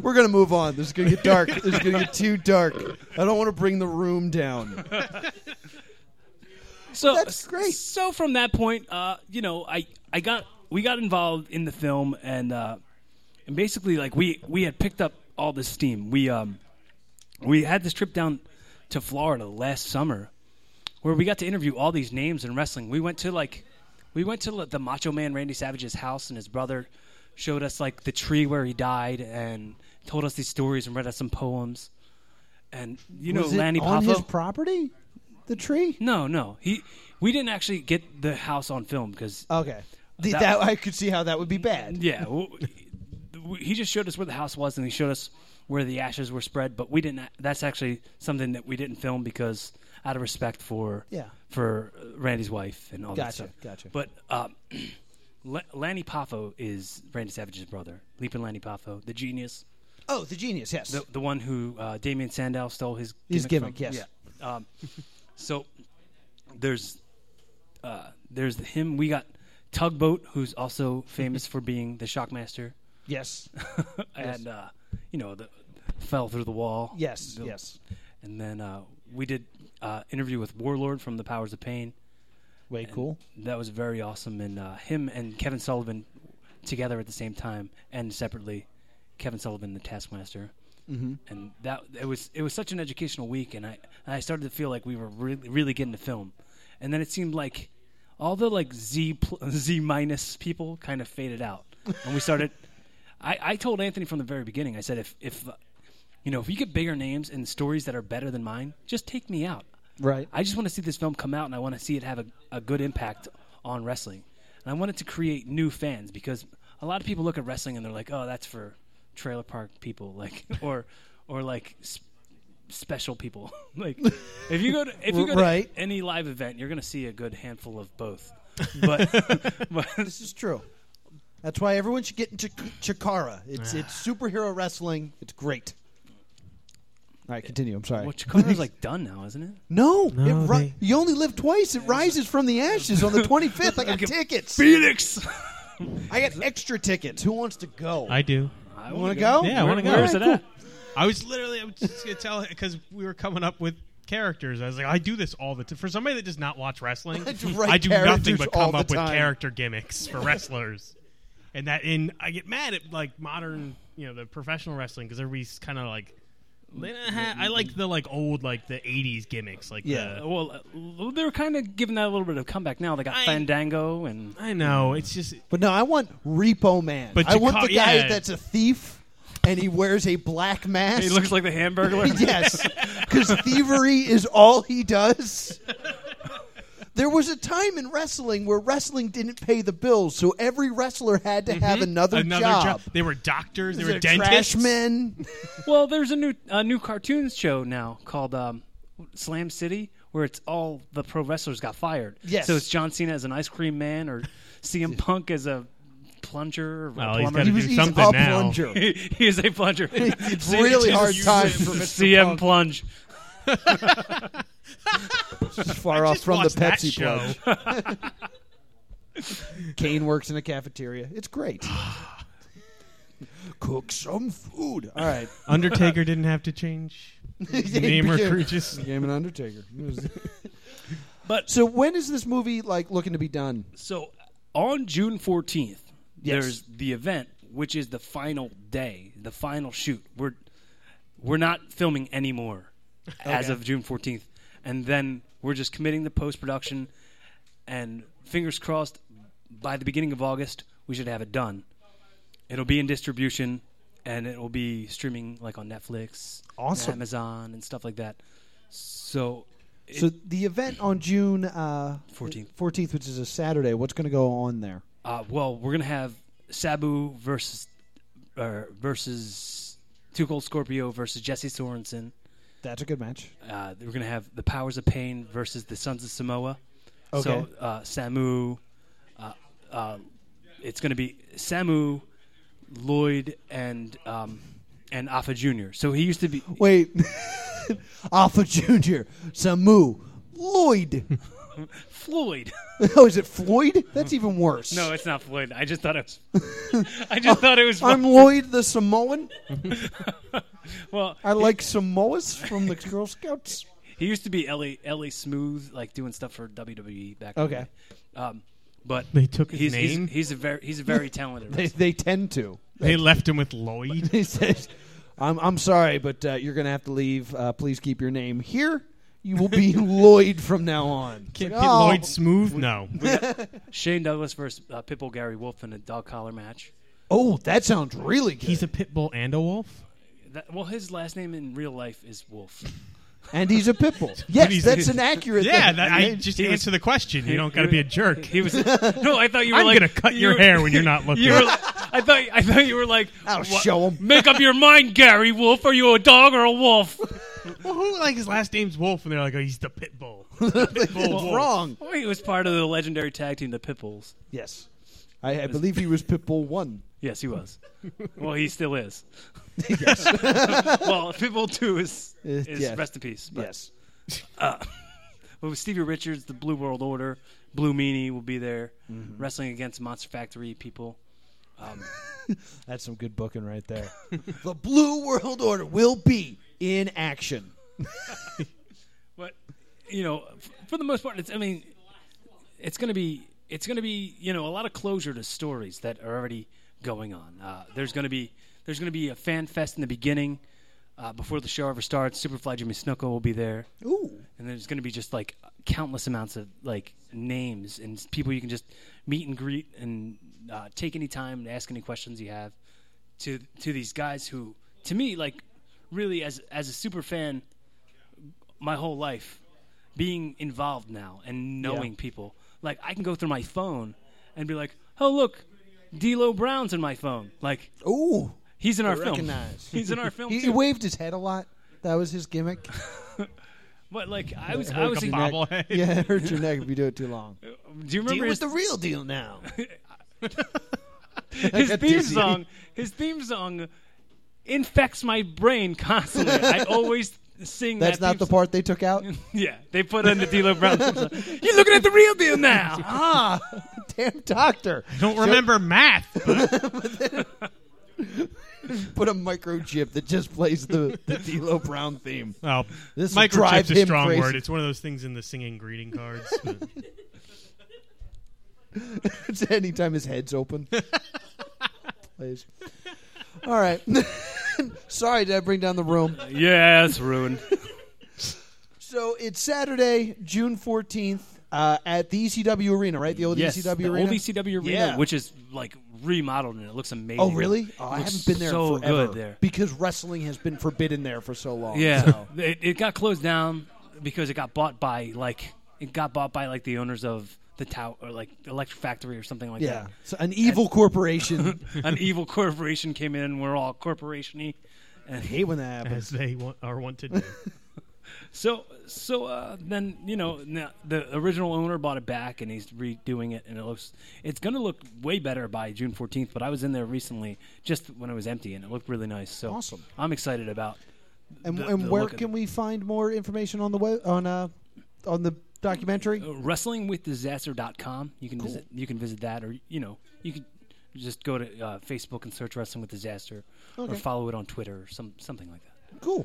S2: We're gonna move on. This is gonna get dark. This is gonna get too dark. I don't want to bring the room down.
S4: So
S2: That's great.
S4: So from that point, uh, you know, I I got we got involved in the film and uh, and basically like we we had picked up all this steam. We um we had this trip down to Florida last summer where we got to interview all these names in wrestling. We went to like we went to the Macho Man Randy Savage's house and his brother showed us like the tree where he died and told us these stories and read us some poems. And you know,
S2: Was it
S4: Lanny
S2: on
S4: Poffo.
S2: his property, the tree.
S4: No, no. He we didn't actually get the house on film because
S2: Okay, The- that,
S4: That-
S2: I could see how that would be bad.
S4: yeah, w- w- he just showed us where the house was and he showed us where the ashes were spread, but we didn't a- that's actually something that we didn't film because out of respect for
S2: Yeah.
S4: for uh, Randy's wife and all that
S2: Gotcha,
S4: stuff.
S2: gotcha.
S4: But um La- Lanny Poffo is Randy Savage's brother. Leaping Lanny Poffo, the genius,
S2: Oh, the genius. Yes.
S4: the, the one who uh, Damien Sandow stole his
S2: His gimmick,
S4: from.
S2: yes.
S4: Yeah. Um, so there's uh, there's him. We got Tugboat, who's also famous for being the Shockmaster,
S2: yes.
S4: and uh, you know the fell through the wall.
S2: Yes.
S4: The-
S2: Yes.
S4: And then uh, we did uh, interview with Warlord from the Powers of Pain.
S2: Way cool.
S4: That was very awesome, and uh, him and Kevin Sullivan together at the same time and separately, Kevin Sullivan, the Taskmaster, mm-hmm. and that it was it was such an educational week, and I I started to feel like we were really really getting to film, and then it seemed like all the like Z pl- Z minus people kind of faded out, and we started. I, I told Anthony from the very beginning. I said if if uh, you know if you get bigger names and stories that are better than mine, just take me out.
S2: Right.
S4: I just want to see this film come out and I want to see it have a, a good impact on wrestling. And I wanted to create new fans because a lot of people look at wrestling and they're like, "Oh, that's for trailer park people," like or or like s- special people. like if you go to if you go
S2: Right.
S4: to any live event, you're going to see a good handful of both. But, but
S2: This is true. That's why everyone should get into Chikara. It's it's superhero wrestling. It's great. All right, continue. I'm sorry.
S4: well, Chikara's like done now, isn't it?
S2: no,
S3: No,
S2: it ri-
S3: they-
S2: you only live twice. It rises from the ashes on the 25th. I got tickets.
S4: Phoenix.
S2: I got extra tickets. Who wants to go?
S3: I do.
S4: I
S2: You want to go?
S3: Yeah, I wanna
S4: Where-
S3: go.
S4: Where is it
S3: Alright,
S4: at?
S3: I was literally I was just gonna tell because we were coming up with characters. I was like, I do this all the time. For somebody that does not watch wrestling,
S2: I do write
S3: I do nothing
S2: characters
S3: but
S2: all
S3: come
S2: the
S3: up with
S2: time.
S3: character gimmicks for wrestlers, and that in I get mad at like modern, you know, the professional wrestling because everybody's kind of like. they don't ha- I like the like old like the '80s gimmicks like
S2: Yeah.
S3: the-
S4: Well, uh, they're kind of giving that a little bit of comeback now. They got
S3: I-
S4: Fandango and
S3: I know it's just
S2: But no, I want Repo Man.
S3: But
S2: I want
S3: Chikara-
S2: the guy
S3: yeah.
S2: that's a thief and he wears a black mask.
S4: he looks like the Hamburglar.
S2: yes, because thievery is all he does. There was a time in wrestling where wrestling didn't pay the bills, so every wrestler had to have another,
S3: Mm-hmm. hmm? another
S2: job.
S3: They were doctors. They
S2: They're
S3: were dentists.
S2: trash men.
S4: Well, there's a new a new cartoons show now called um, Slam City, where it's all the pro wrestlers got fired.
S2: Yes.
S4: So it's John Cena as an ice cream man, or CM Punk as a plunger. Or
S3: Well,
S4: a
S3: he's
S4: plumber.
S3: gotta
S2: He was
S3: do
S2: he's a
S3: something now.
S2: plunger.
S4: He- he is a plunger.
S2: It's really hard time for Mr.
S4: CM
S2: Punk.
S4: Plunge.
S2: far off
S3: Just
S2: from the
S3: watch that
S2: Pepsi
S3: show.
S2: plug. Kane works in a cafeteria. It's great. Cook some food. All right.
S3: Undertaker didn't have to change Namer Crucis.
S2: Game and Undertaker.
S4: But-
S2: so when is this movie like looking to be done?
S4: So on June 14th,
S2: Yes.
S4: there's the event, which is the final day, the final shoot. We're we're not filming anymore as of June 14th, and then we're just committing the post production, and fingers crossed, by the beginning of August, we should have it done. It'll be in distribution, and it will be streaming like on Netflix,
S2: Awesome.
S4: Amazon, and stuff like that. So
S2: so the event on June uh,
S4: 14th.
S2: 14th, which is a Saturday. What's going to go on there?
S4: Uh, well, we're gonna have Sabu versus er, versus Two Cold Scorpio versus Jesse Sorensen.
S2: That's a good match.
S4: Uh, we're gonna have the Powers of Pain versus the Sons of Samoa. So
S2: Okay.
S4: uh, Samu, uh, uh, it's gonna be Samu, Lloyd, and um, and Alpha Junior. So he used to be
S2: Wait, Alpha Junior, Samu, Lloyd.
S4: Floyd.
S2: oh, is it Floyd? That's even worse.
S4: no, it's not Floyd. I just thought it was. I just thought it was.
S2: I'm Lloyd the Samoan.
S4: well,
S2: I like Samoas from the Girl Scouts.
S4: He used to be Ellie Ellie Smooth, like doing stuff for WWE back. in the
S2: Okay.
S4: day. um, but
S3: They took his
S4: he's,
S3: name?
S4: He's, he's a very he's a very talented.
S2: They,
S4: wrestler.
S2: they tend to.
S3: They left him with Lloyd.
S2: He says, "I'm I'm sorry, but uh, you're going to have to leave. Uh, please keep your name here. You will be Lloyd from now on." It's
S3: Get,
S2: like,
S3: get
S2: oh,
S3: Lloyd Smooth? No.
S4: Shane Douglas versus uh, Pitbull Gary Wolf in a dog collar match.
S2: Oh, that sounds really good.
S3: He's a pit bull and a wolf?
S4: That, well, his last name in real life is Wolf.
S2: and he's a pit bull.
S3: But
S2: Yes,
S3: he's-
S2: that's an accurate.
S3: Yeah,
S2: thing.
S3: that, I just
S4: he was-
S3: answer the question. You don't got to
S4: he-
S3: be a jerk.
S4: He was no, I thought you were
S3: I'm
S4: like
S3: gonna cut
S4: you
S3: your
S4: were-
S3: hair when you're not looking.
S4: you were, like- I thought I thought you were like
S2: I'll
S4: "Wha-
S2: show 'em."
S4: Make up your mind, Gary Wolf. Are you a dog or a wolf?
S3: Well, who like his last name's Wolf, and they're like, oh, he's the pit bull. The pit bull
S2: It's
S3: wolf.
S2: wrong.
S4: Well, he was part of the legendary tag team, the Pitbulls.
S2: Yes, I, I believe he was pit bull one.
S4: Yes, he was. well, he still is. well, Pitbull Two is is
S2: yes.
S4: rest in peace. But,
S2: Yes,
S4: but with Stevie Richards, the Blue World Order, Blue Meanie will be there, wrestling against Monster Factory people.
S2: that's some good booking right there. the Blue World Order will be in action.
S4: But you know, f- for the most part, it's. I mean, it's going to be it's going to be you know a lot of closure to stories that are already going on. Uh, there's going to be there's going to be a fan fest in the beginning. Uh, before the show ever starts, Superfly Jimmy Snuka will be there.
S2: Ooh,
S4: and there's going to be just like countless amounts of like names and people you can just meet and greet and uh, take any time to ask any questions you have to to these guys who to me like really as as a super fan my whole life being involved now and knowing people like I can go through my phone and be like oh look D'Lo Brown's in my phone like
S2: ooh.
S4: he's in our
S2: recognize.
S4: film he's in our film
S2: He, he
S4: too.
S2: waved his head a lot. That was his gimmick.
S4: but like I was I was
S3: a
S4: in-
S3: bob- Bobblehead.
S2: Yeah, it hurts your neck if you do it too long.
S4: do you remember his-
S2: real deal now.
S4: his
S2: got
S4: theme
S2: dizzy.
S4: song his theme song infects my brain constantly i always sing
S2: That's
S4: that
S2: not the
S4: theme
S2: part they took out.
S4: song. yeah they put in the D'Lo brown theme song. you're looking at the real deal now
S2: ah, damn doctor.
S3: Don't remember math.
S2: Put a microchip that just plays the, the D'Lo Brown theme.
S3: Well,
S2: This will drive
S3: microchip's a
S2: him
S3: strong
S2: crazy.
S3: word. It's one of those things in the singing greeting cards. but-
S2: It's anytime his head's open. plays. All right. Sorry, did I bring down the room?
S4: yeah it's ruined
S2: So it's Saturday, June 14th uh, at the ECW Arena, right? The old
S4: yes
S2: ECW
S4: the
S2: Arena?
S4: old ECW arena
S2: Yeah.
S4: which is like remodeled and it looks amazing
S2: Oh, really? Oh, I
S4: Looks
S2: haven't been there
S4: so
S2: in forever
S4: good there.
S2: because wrestling has been forbidden there for so long.
S4: yeah
S2: So-
S4: it, it got closed down because it got bought by like it got bought by like the owners of the tower or like electric factory or something like
S2: yeah.
S4: that
S2: So an evil corporation.
S4: an evil corporation came in and we're all corporationy
S2: I hate when that happens.
S3: as they want, are wanted. to do.
S4: So so uh, then you know now the original owner bought it back and he's redoing it and it looks it's gonna look way better by June fourteenth. But I was in there recently just when it was empty and it looked really nice. So
S2: Awesome.
S4: I'm excited about.
S2: And,
S4: the-
S2: and
S4: the
S2: where
S4: look of
S2: can
S4: it.
S2: we find more information on the web, on uh on the documentary?
S4: Oh. WrestlingWithDisaster.com. You can visit. You can visit that, or you know, you can just go to uh, Facebook and search Wrestling with Disaster, or
S2: Okay.
S4: follow it on Twitter, or some something like that.
S2: Cool.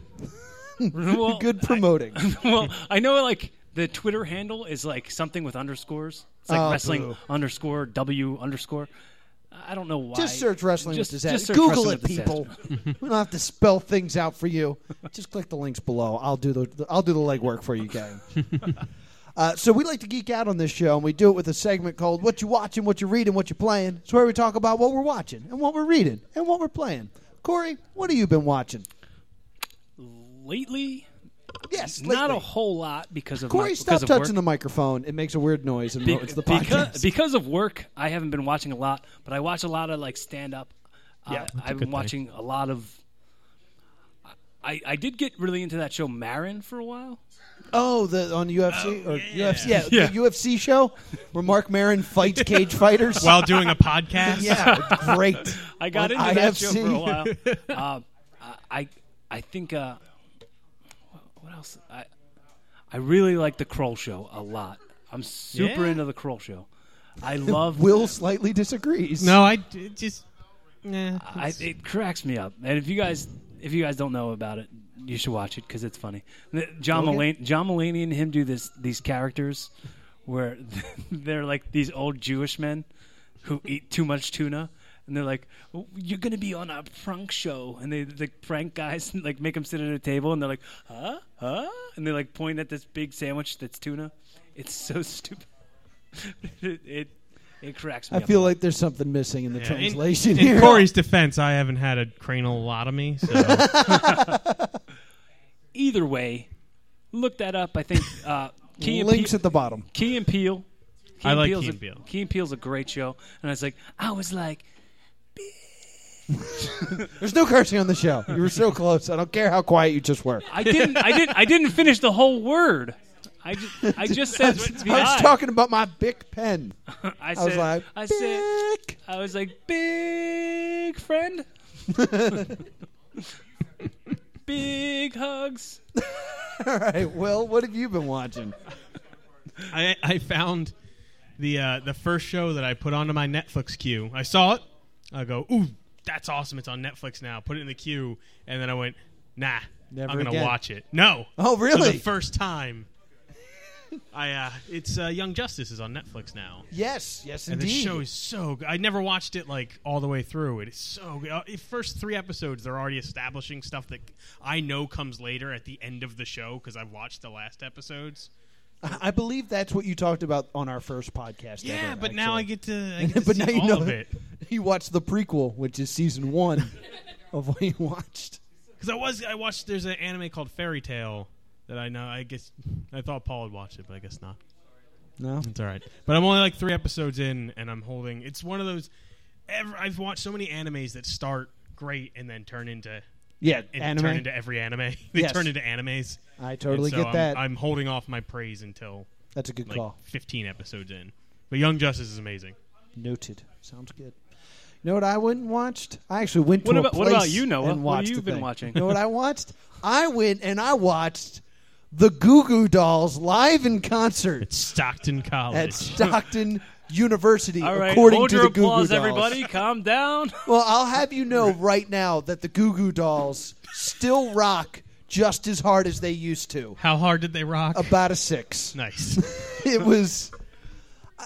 S4: well,
S2: Good promoting.
S4: well, I know like the Twitter handle is like something with underscores. It's like
S2: Oh,
S4: wrestling
S2: boo.
S4: underscore w underscore. I don't know why.
S2: Just search wrestling
S4: Just-
S2: with
S4: just
S2: disaster.
S4: search
S2: Google
S4: wrestling
S2: it,
S4: with
S2: people.
S4: disaster.
S2: we don't have to spell things out for you. Just click the links below. I'll do the I'll do the legwork for you, gang. uh, so we like to geek out on this show, and we do it with a segment called "What You Watching, What You Reading, What You Playing." It's where we talk about what we're watching and what we're reading and what we're playing. Corey, what have you been watching?
S4: Lately,
S2: Yes,
S4: not
S2: lately.
S4: a whole lot because of
S2: Corey,
S4: my,
S2: stop
S4: because of
S2: touching
S4: work.
S2: the microphone. It makes a weird noise, and
S4: Be-
S2: it's the
S4: beca-
S2: podcast.
S4: because, of work, I haven't been watching a lot, but I watch a lot of like stand up. Uh,
S3: Yeah, that's a
S4: I've
S3: good
S4: been
S3: thing.
S4: watching a lot of. I, I did get really into that show Marin for a while.
S2: Oh, the on UFC or
S3: yeah.
S2: UFC, yeah,
S4: Oh, Yeah.
S2: the UFC show where Mark Maron fights cage fighters.
S3: while doing a podcast.
S2: yeah, great.
S4: I got
S2: On
S4: into that show for
S2: IFC.
S4: a while. Uh, I I think uh, what else? I I really like the Kroll show a lot. I'm super
S3: Yeah?
S4: into the Kroll show. I love
S2: Will slightly disagrees.
S3: No, I d- it just. Nah,
S4: I, it cracks me up. And if you guys if you guys don't know about it, you should watch it because it's funny. The- John
S2: Okay.
S4: Mulaney, John Mulaney and him do this these characters where they're like these old Jewish men who eat too much tuna. And they're like, "Oh, "You're gonna be on a prank show," and they like prank guys, and, like make them sit at a table, and they're like, "Huh, huh," and they like point at this big sandwich that's tuna. It's so stupid. it, it it cracks me.
S2: I
S4: up.
S2: feel like there's something missing in the
S3: Yeah, in-
S2: translation
S3: in,
S2: here.
S3: Corey's defense, I haven't had a cranialotomy, so
S4: either way, look that up. I think uh, Key, and
S2: links
S4: Peele,
S2: at the bottom.
S4: Key and Peele. Key
S3: I like
S4: Peele's
S3: Key
S4: a-
S3: and Peele.
S4: Key and Peele's a great show, and I was like, I was like,
S2: There's no cursing on the show. You were so close. I don't care how quiet you just were.
S4: I didn't, I didn't, I didn't finish the whole word. I just, I just said,
S2: I was
S4: I-
S2: talking about my Bic pen.
S4: I
S2: I was
S4: said,
S2: like,
S4: I said,
S2: Bic.
S4: I was like, big friend, big hugs.
S2: All right, Will, what have you been watching?
S3: I, I found the uh, the first show that I put onto my Netflix queue. I saw it. I go, ooh, that's awesome! It's on Netflix now. Put it in the queue, and then I went, nah,
S2: Never
S3: I'm gonna
S2: again.
S3: watch it. No,
S2: Oh, really?
S3: For the first time, I uh, it's uh, Young Justice is on Netflix now.
S2: Yes, yes,
S3: And
S2: indeed.
S3: the show is so good. I never watched it like all the way through. It is so good. Uh, The first three episodes, they're already establishing stuff that I know comes later at the end of the show because I've watched the last episodes.
S2: I believe that's what you talked about on our first podcast.
S3: Yeah,
S2: ever,
S3: but now I
S2: actually.
S3: get to, I get to
S2: but
S3: see
S2: now you
S3: all
S2: know
S3: of it
S2: You watched the prequel, which is season one of what you watched.
S3: because I was I watched. There's an anime called Fairy Tale that I know. I guess I thought Paul would watch it, but I guess not.
S2: No,
S3: It's all right. But I'm only like three episodes in, and I'm holding. It's one of those. Ever, I've watched so many animes that start great and then turn into
S2: yeah,
S3: and
S2: anime.
S3: turn into every anime. they
S2: Yes.
S3: turn into animes.
S2: I totally
S3: And so
S2: get
S3: I'm,
S2: that.
S3: I'm holding off my praise until
S2: That's a good
S3: like
S2: call.
S3: 15 episodes in. But Young Justice is amazing.
S2: Noted. Sounds good. You know what I went and watched? I actually went
S4: What
S2: to
S4: about-
S2: a
S4: what
S2: place
S4: about you, Noah?
S2: and
S4: What have
S2: watched
S4: you
S2: the
S4: been
S2: thing.
S4: watching?
S2: You know what I watched? I went and I watched the Goo Goo Dolls live in concert
S3: Stockton
S2: at
S3: College.
S2: Stockton University,
S4: All right,
S2: according
S4: hold
S2: to
S4: your
S2: the Goo Goo
S4: applause,
S2: Dolls.
S4: everybody. Calm down.
S2: Well, I'll have you know right now that the Goo Goo Dolls still rock just as hard as they used to.
S3: How hard did they rock?
S2: About a six.
S3: nice.
S2: it was I-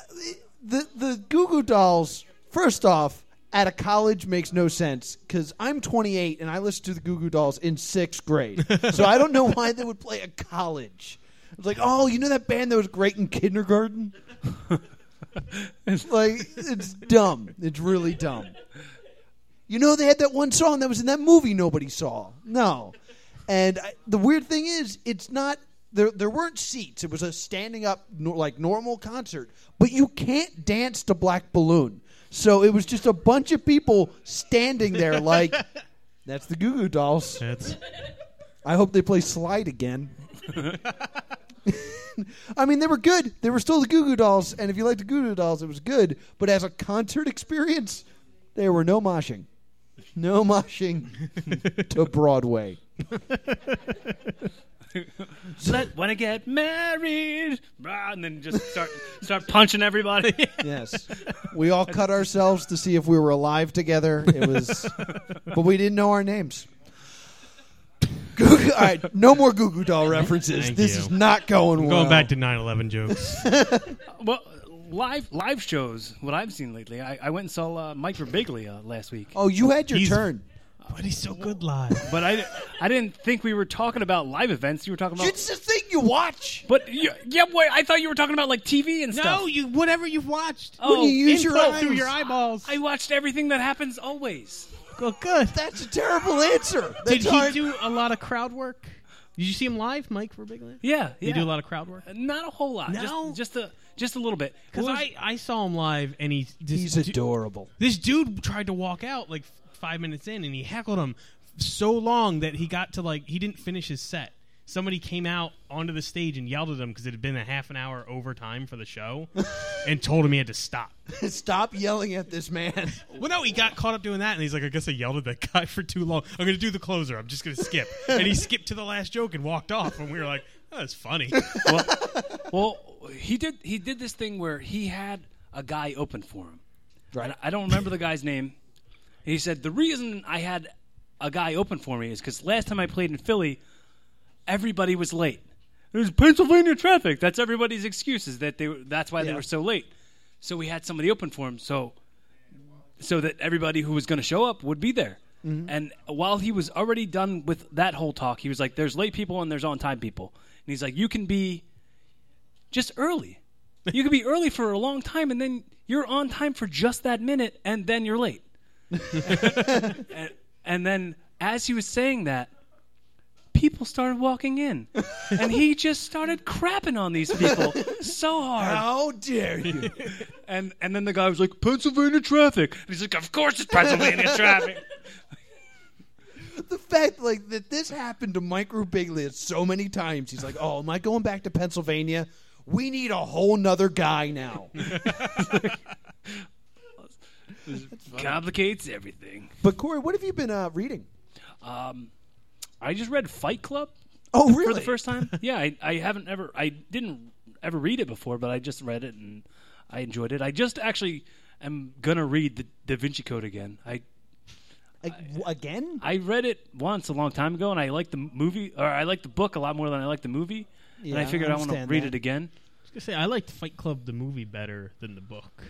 S2: the the Goo Goo Dolls. First off, at a college makes no sense because I'm 28 and I listened to the Goo Goo Dolls in sixth grade, so I don't know why they would play at college. It's like, oh, you know that band that was great in kindergarten? like, it's dumb. It's really dumb. You know they had that one song that was in that movie nobody saw. No, and I, the weird thing is, it's not there. There weren't seats. It was a standing up nor, like normal concert, but you can't dance to Black Balloon. So it was just a bunch of people standing there like, "That's the Goo Goo Dolls."
S3: That's
S2: I hope they play Slide again. I mean, they were good. They were still the Goo Goo Dolls, and if you liked the Goo Goo Dolls, it was good. But as a concert experience, there were no moshing. No moshing to Broadway.
S4: Let when I get married, rah, and then just start start punching everybody.
S2: Yes. We all cut ourselves to see if we were alive together. It was, but we didn't know our names. Goo- all right, no more Goo Goo Doll references.
S3: Thank
S2: this
S3: you.
S2: is not going well.
S3: Going back to 9/11 jokes.
S4: Well, live live shows. What I've seen lately, I, I went and saw uh, Mike Birbiglia last week,
S2: Oh, you had your
S3: He's-
S2: turn.
S3: but he's so good live.
S4: but I I didn't think we were talking about live events. You were talking about.
S2: It's the thing you watch.
S4: But you, yeah, boy, I thought you were talking about like TV and stuff.
S3: No, you whatever you've watched.
S4: Oh,
S2: when you use your
S3: Input
S2: eyes.
S3: through your eyeballs.
S4: I watched everything that happens always.
S3: Well, good.
S2: That's a terrible answer. That's
S3: Did he
S2: hard.
S3: do a lot of crowd work? Did you see him live, Mike Birbiglia?
S4: Yeah, yeah.
S3: He do a lot of crowd work.
S4: Not a whole lot.
S3: No?
S4: Just, just a just a little bit.
S3: Because
S4: Well,
S3: I, I saw him live, and he this
S2: He's
S3: du-
S2: adorable.
S3: This dude tried to walk out like f- five minutes in, and he heckled him so long that he got to like he didn't finish his set. Somebody came out onto the stage and yelled at him because it had been a half an hour overtime for the show, and told him he had to stop.
S2: Stop yelling at this man.
S3: Well, no, he got caught up doing that, and he's like, "I guess I yelled at that guy for too long. I'm going to do the closer. I'm just going to skip." and he skipped to the last joke and walked off, and we were like, oh, "That's funny."
S4: well, well, he did he did this thing where he had a guy open for him.
S2: Right.
S4: And I don't remember the guy's name. He said the reason I had a guy open for me is because last time I played in Philly, everybody was late. There's Pennsylvania traffic. That's everybody's excuses that they were- that's why they
S2: Yeah.
S4: were so late. So we had somebody open for him. So so that everybody who was going to show up would be there.
S2: Mm-hmm.
S4: And while he was already done with that whole talk, he was like, "There's late people and there's on time people." And he's like, "You can be just early. You can be early for a long time, and then you're on time for just that minute, and then you're late." and, and then, as he was saying that, people started walking in, and he just started crapping on these people so hard.
S2: How dare you?
S4: And and then the guy was like, Pennsylvania traffic. And he's like, Of course it's Pennsylvania traffic.
S2: the fact like that this happened to Mike Rubiglia so many times. He's like, "Oh, am I going back to Pennsylvania? We need a whole nother guy now."
S4: Complicates everything.
S2: but Corey, what have you been uh, reading?
S4: Um, I just read Fight Club
S2: Oh, really?
S4: for the first time. yeah, I, I haven't ever, I didn't ever read it before, but I just read it and I enjoyed it. I just actually am gonna read the Da Vinci Code again. I
S2: again?
S4: I read it once a long time ago, and I liked the movie, or I liked the book a lot more than I liked the movie. and I
S2: Yeah, I
S4: figured I, want to
S2: understand
S4: read
S2: that.
S4: it again.
S3: I say I liked Fight Club the movie better than the book.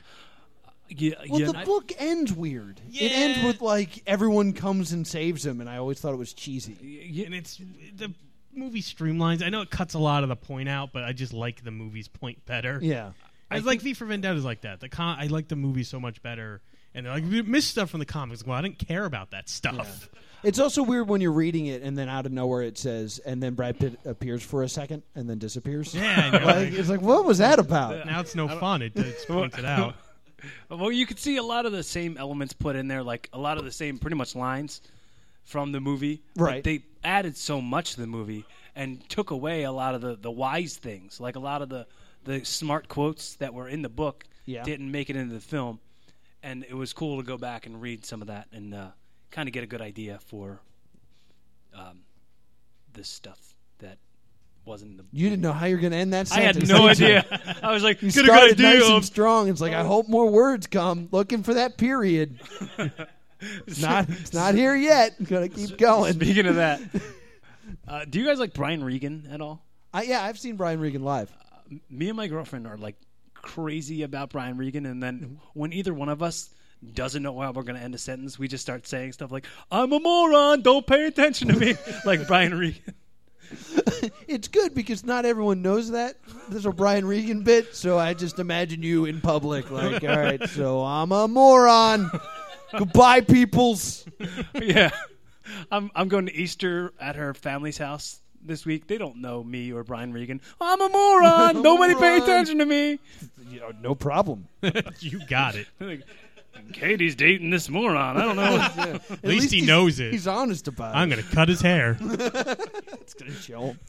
S4: Yeah,
S2: Well,
S4: yeah,
S2: the
S4: I-
S2: book ends weird. It ends
S3: Yeah.
S2: with like everyone comes and saves him, and I always thought it was cheesy.
S3: Yeah, and it's the movie streamlines. I know it cuts a lot of the point out, but I just like the movie's point better.
S2: Yeah,
S3: I, like V for Vendetta is like that. The con- I like the movie so much better, and they're like we missed stuff from the comics. Well, I didn't care about that stuff.
S2: it's also weird when you're reading it, and then out of nowhere it says, and then Brad Pitt appears for a second, and then disappears.
S3: Yeah, I know.
S2: like, it's like, what was that about?
S3: now it's no fun. It it's points it out.
S4: Well, you could see a lot of the same elements put in there, like a lot of the same pretty much lines from the movie. but
S2: Right.
S4: they added so much to the movie and took away a lot of the, the wise things, like a lot of the, the smart quotes that were in the book
S2: Yeah.
S4: didn't make it into the film. And it was cool to go back and read some of that and uh, kind of get a good idea for um, this stuff that wasn't in the
S2: You didn't know how you're going to end that
S4: I
S2: sentence.
S4: had no
S2: did you?
S4: idea. I was like,
S2: You
S4: get a good
S2: started
S4: idea.
S2: nice and
S4: of-
S2: strong. It's like I hope more words come. Looking for that period. it's not. It's not here yet. Gonna keep going.
S4: Speaking of that, uh, do you guys like Brian Regan at all?
S2: I, yeah, I've seen Brian Regan live.
S4: Me and my girlfriend are like crazy about Brian Regan, and then when either one of us doesn't know how we're going to end a sentence, we just start saying stuff like "I'm a moron, don't pay attention to me," like Brian Regan.
S2: It's good because not everyone knows that there's a Brian Regan bit. So I just imagine you in public, like, all right, so I'm a moron. Goodbye, peoples.
S4: yeah, I'm I'm going to Easter at her family's house this week. They don't know me or Brian Regan. I'm a moron. Nobody pay
S2: moron.
S4: attention to me.
S2: You know, no problem.
S3: you got it.
S4: Like, Katie's dating this moron. I don't know.
S2: At,
S3: least he
S2: he's-
S3: knows it.
S2: He's honest about
S3: I'm
S2: it.
S3: gonna cut his hair.
S2: It's gonna show him.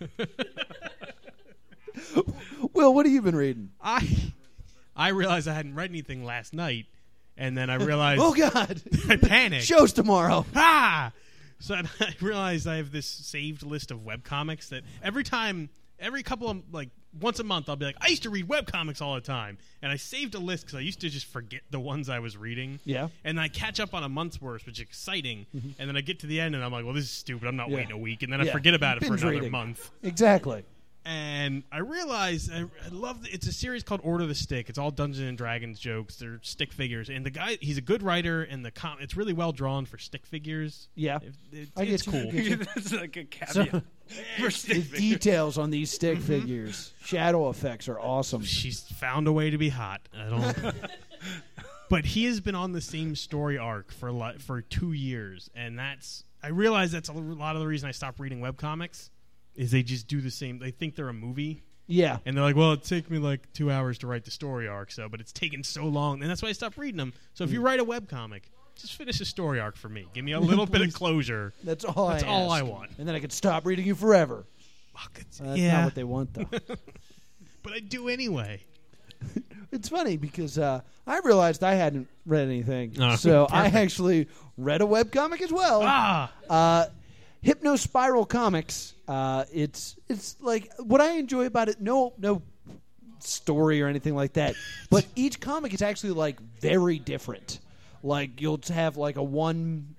S2: Will, what have you been reading?
S3: I I realized I hadn't read anything last night, and then I realized
S2: Oh God,
S3: I panicked.
S2: shows tomorrow.
S3: ah! So I, I realized I have this saved list of webcomics that every time, every couple of like once a month I'll be like, I used to read webcomics all the time, and I saved a list because I used to just forget the ones I was reading.
S2: Yeah. Mm-hmm.
S3: and I catch up on a month's worth, which is exciting, and then I get to the end and I'm like, well, this is stupid. I'm not
S2: Yeah.
S3: waiting a week, and then I
S2: Yeah.
S3: forget about it for
S2: Binge
S3: another
S2: reading.
S3: month.
S2: Exactly.
S3: And I realized I, I love that it's a series called Order of the Stick. It's all Dungeons and Dragons jokes. They're stick figures, and the guy he's a good writer, and the com- it's really well drawn for stick figures.
S2: Yeah.
S3: If- it-
S2: I get
S3: it's
S2: you.
S3: cool.
S4: That's like a caveat.
S2: So-
S4: For stick
S2: The
S4: figure.
S2: details on these stick
S3: Mm-hmm.
S2: figures, shadow effects are awesome.
S3: she's found a way to be hot. I don't. but he has been on the same story arc for li- for two years, and that's I realize that's a lot of the reason I stopped reading webcomics is they just do the same. They think they're a movie,
S2: Yeah.
S3: and they're like, well, it took me like two hours to write the story arc, so but it's taken so long, and that's why I stopped reading them. So if
S2: Mm.
S3: you write a webcomic, just finish the story arc for me. Give me a little bit of closure.
S2: That's all
S3: That's
S2: I
S3: all I
S2: asked.
S3: want.
S2: And then I could stop reading you forever.
S3: Fuck, it's-
S2: That's not
S3: yeah,
S2: what they want, though.
S3: but I do anyway.
S2: It's funny because uh, I realized I hadn't read anything,
S3: Oh,
S2: so
S3: perfect.
S2: I actually read a webcomic as well.
S3: Ah,
S2: Uh, Hypno Spiral Comics. Uh, it's it's like what I enjoy about it. No no story or anything like that, but each comic is actually like very different. Like you'll have like a one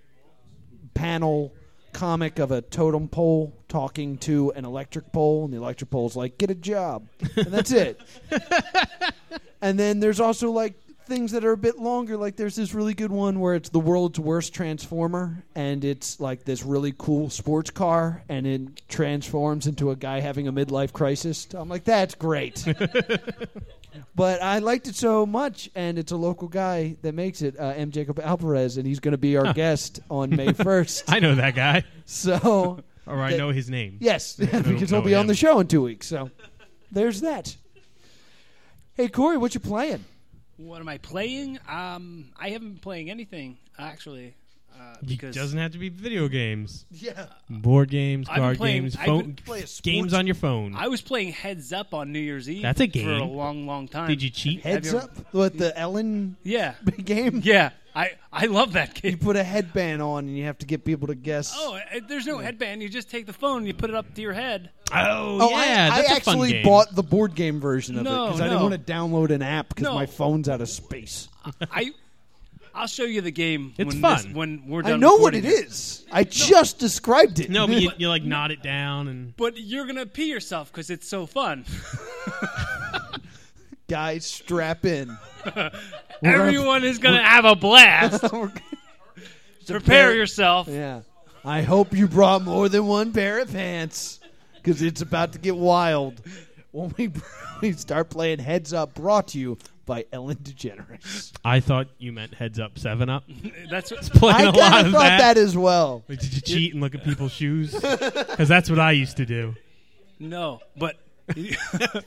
S2: panel comic of a totem pole talking to an electric pole, and the electric pole's like, "Get a job," and that's it. and then there's also like things that are a bit longer. Like there's this really good one where it's the world's worst transformer, and it's like this really cool sports car, and it transforms into a guy having a midlife crisis. I'm like, that's great. But I liked it so much, and it's a local guy that makes it, uh, M. Jacob Alvarez, and he's going to be our guest on May 1st.
S3: I know that guy,
S2: So,
S3: or I
S2: That-
S3: know his name.
S2: yes, because he'll
S3: know
S2: be on
S3: him.
S2: the show in two weeks. So, there's that. Hey, Corey, what you playing?
S4: What am I playing? Um, I haven't been playing anything actually. Uh,
S3: It
S4: because
S3: doesn't have to be video games.
S2: Yeah.
S3: Board games,
S4: I've been
S3: card
S4: playing-
S3: games,
S4: I've
S3: phone
S4: been
S1: play a sports
S3: games on your phone.
S4: I was playing Heads Up on New Year's Eve.
S3: That's a
S4: for a
S3: game.
S4: long, long time.
S3: Did you cheat?
S2: Heads
S4: you-
S2: up with the Ellen
S4: Yeah,
S2: game.
S4: yeah. I I love that
S2: You
S4: game.
S2: put a headband on and you have to get people to guess.
S4: Oh, uh, there's no headband. You just take the phone and you put it up to your head.
S3: Oh,
S2: Oh,
S3: yeah,
S2: I, I
S3: that's a fun
S2: actually
S3: game.
S2: bought the board game version of
S4: No,
S2: it because I
S4: no.
S2: didn't want to download an app because
S4: No.
S2: my phone's out of space.
S4: I I'll show you the game.
S3: It's
S4: when
S3: fun.
S4: this- when we're done.
S2: I know what
S4: recording
S2: it is. I just described it.
S3: No, but you, you like nod it down and
S4: But you're gonna pee yourself because it's so fun.
S2: guys, strap in.
S4: Everyone is gonna have a blast. Prepare yourself.
S2: Yeah. I hope you brought more than one pair of pants because it's about to get wild when we, we start playing Heads Up. Brought to you by Ellen DeGeneres.
S3: I thought you meant heads up, seven up.
S4: That's what,
S3: Playing
S2: I
S3: a
S2: kind
S3: lot
S2: of
S3: of
S2: thought that
S3: that.
S2: as well.
S3: Like, did you cheat and look at people's shoes? Because that's what I used to do.
S4: no, but.
S2: Oh,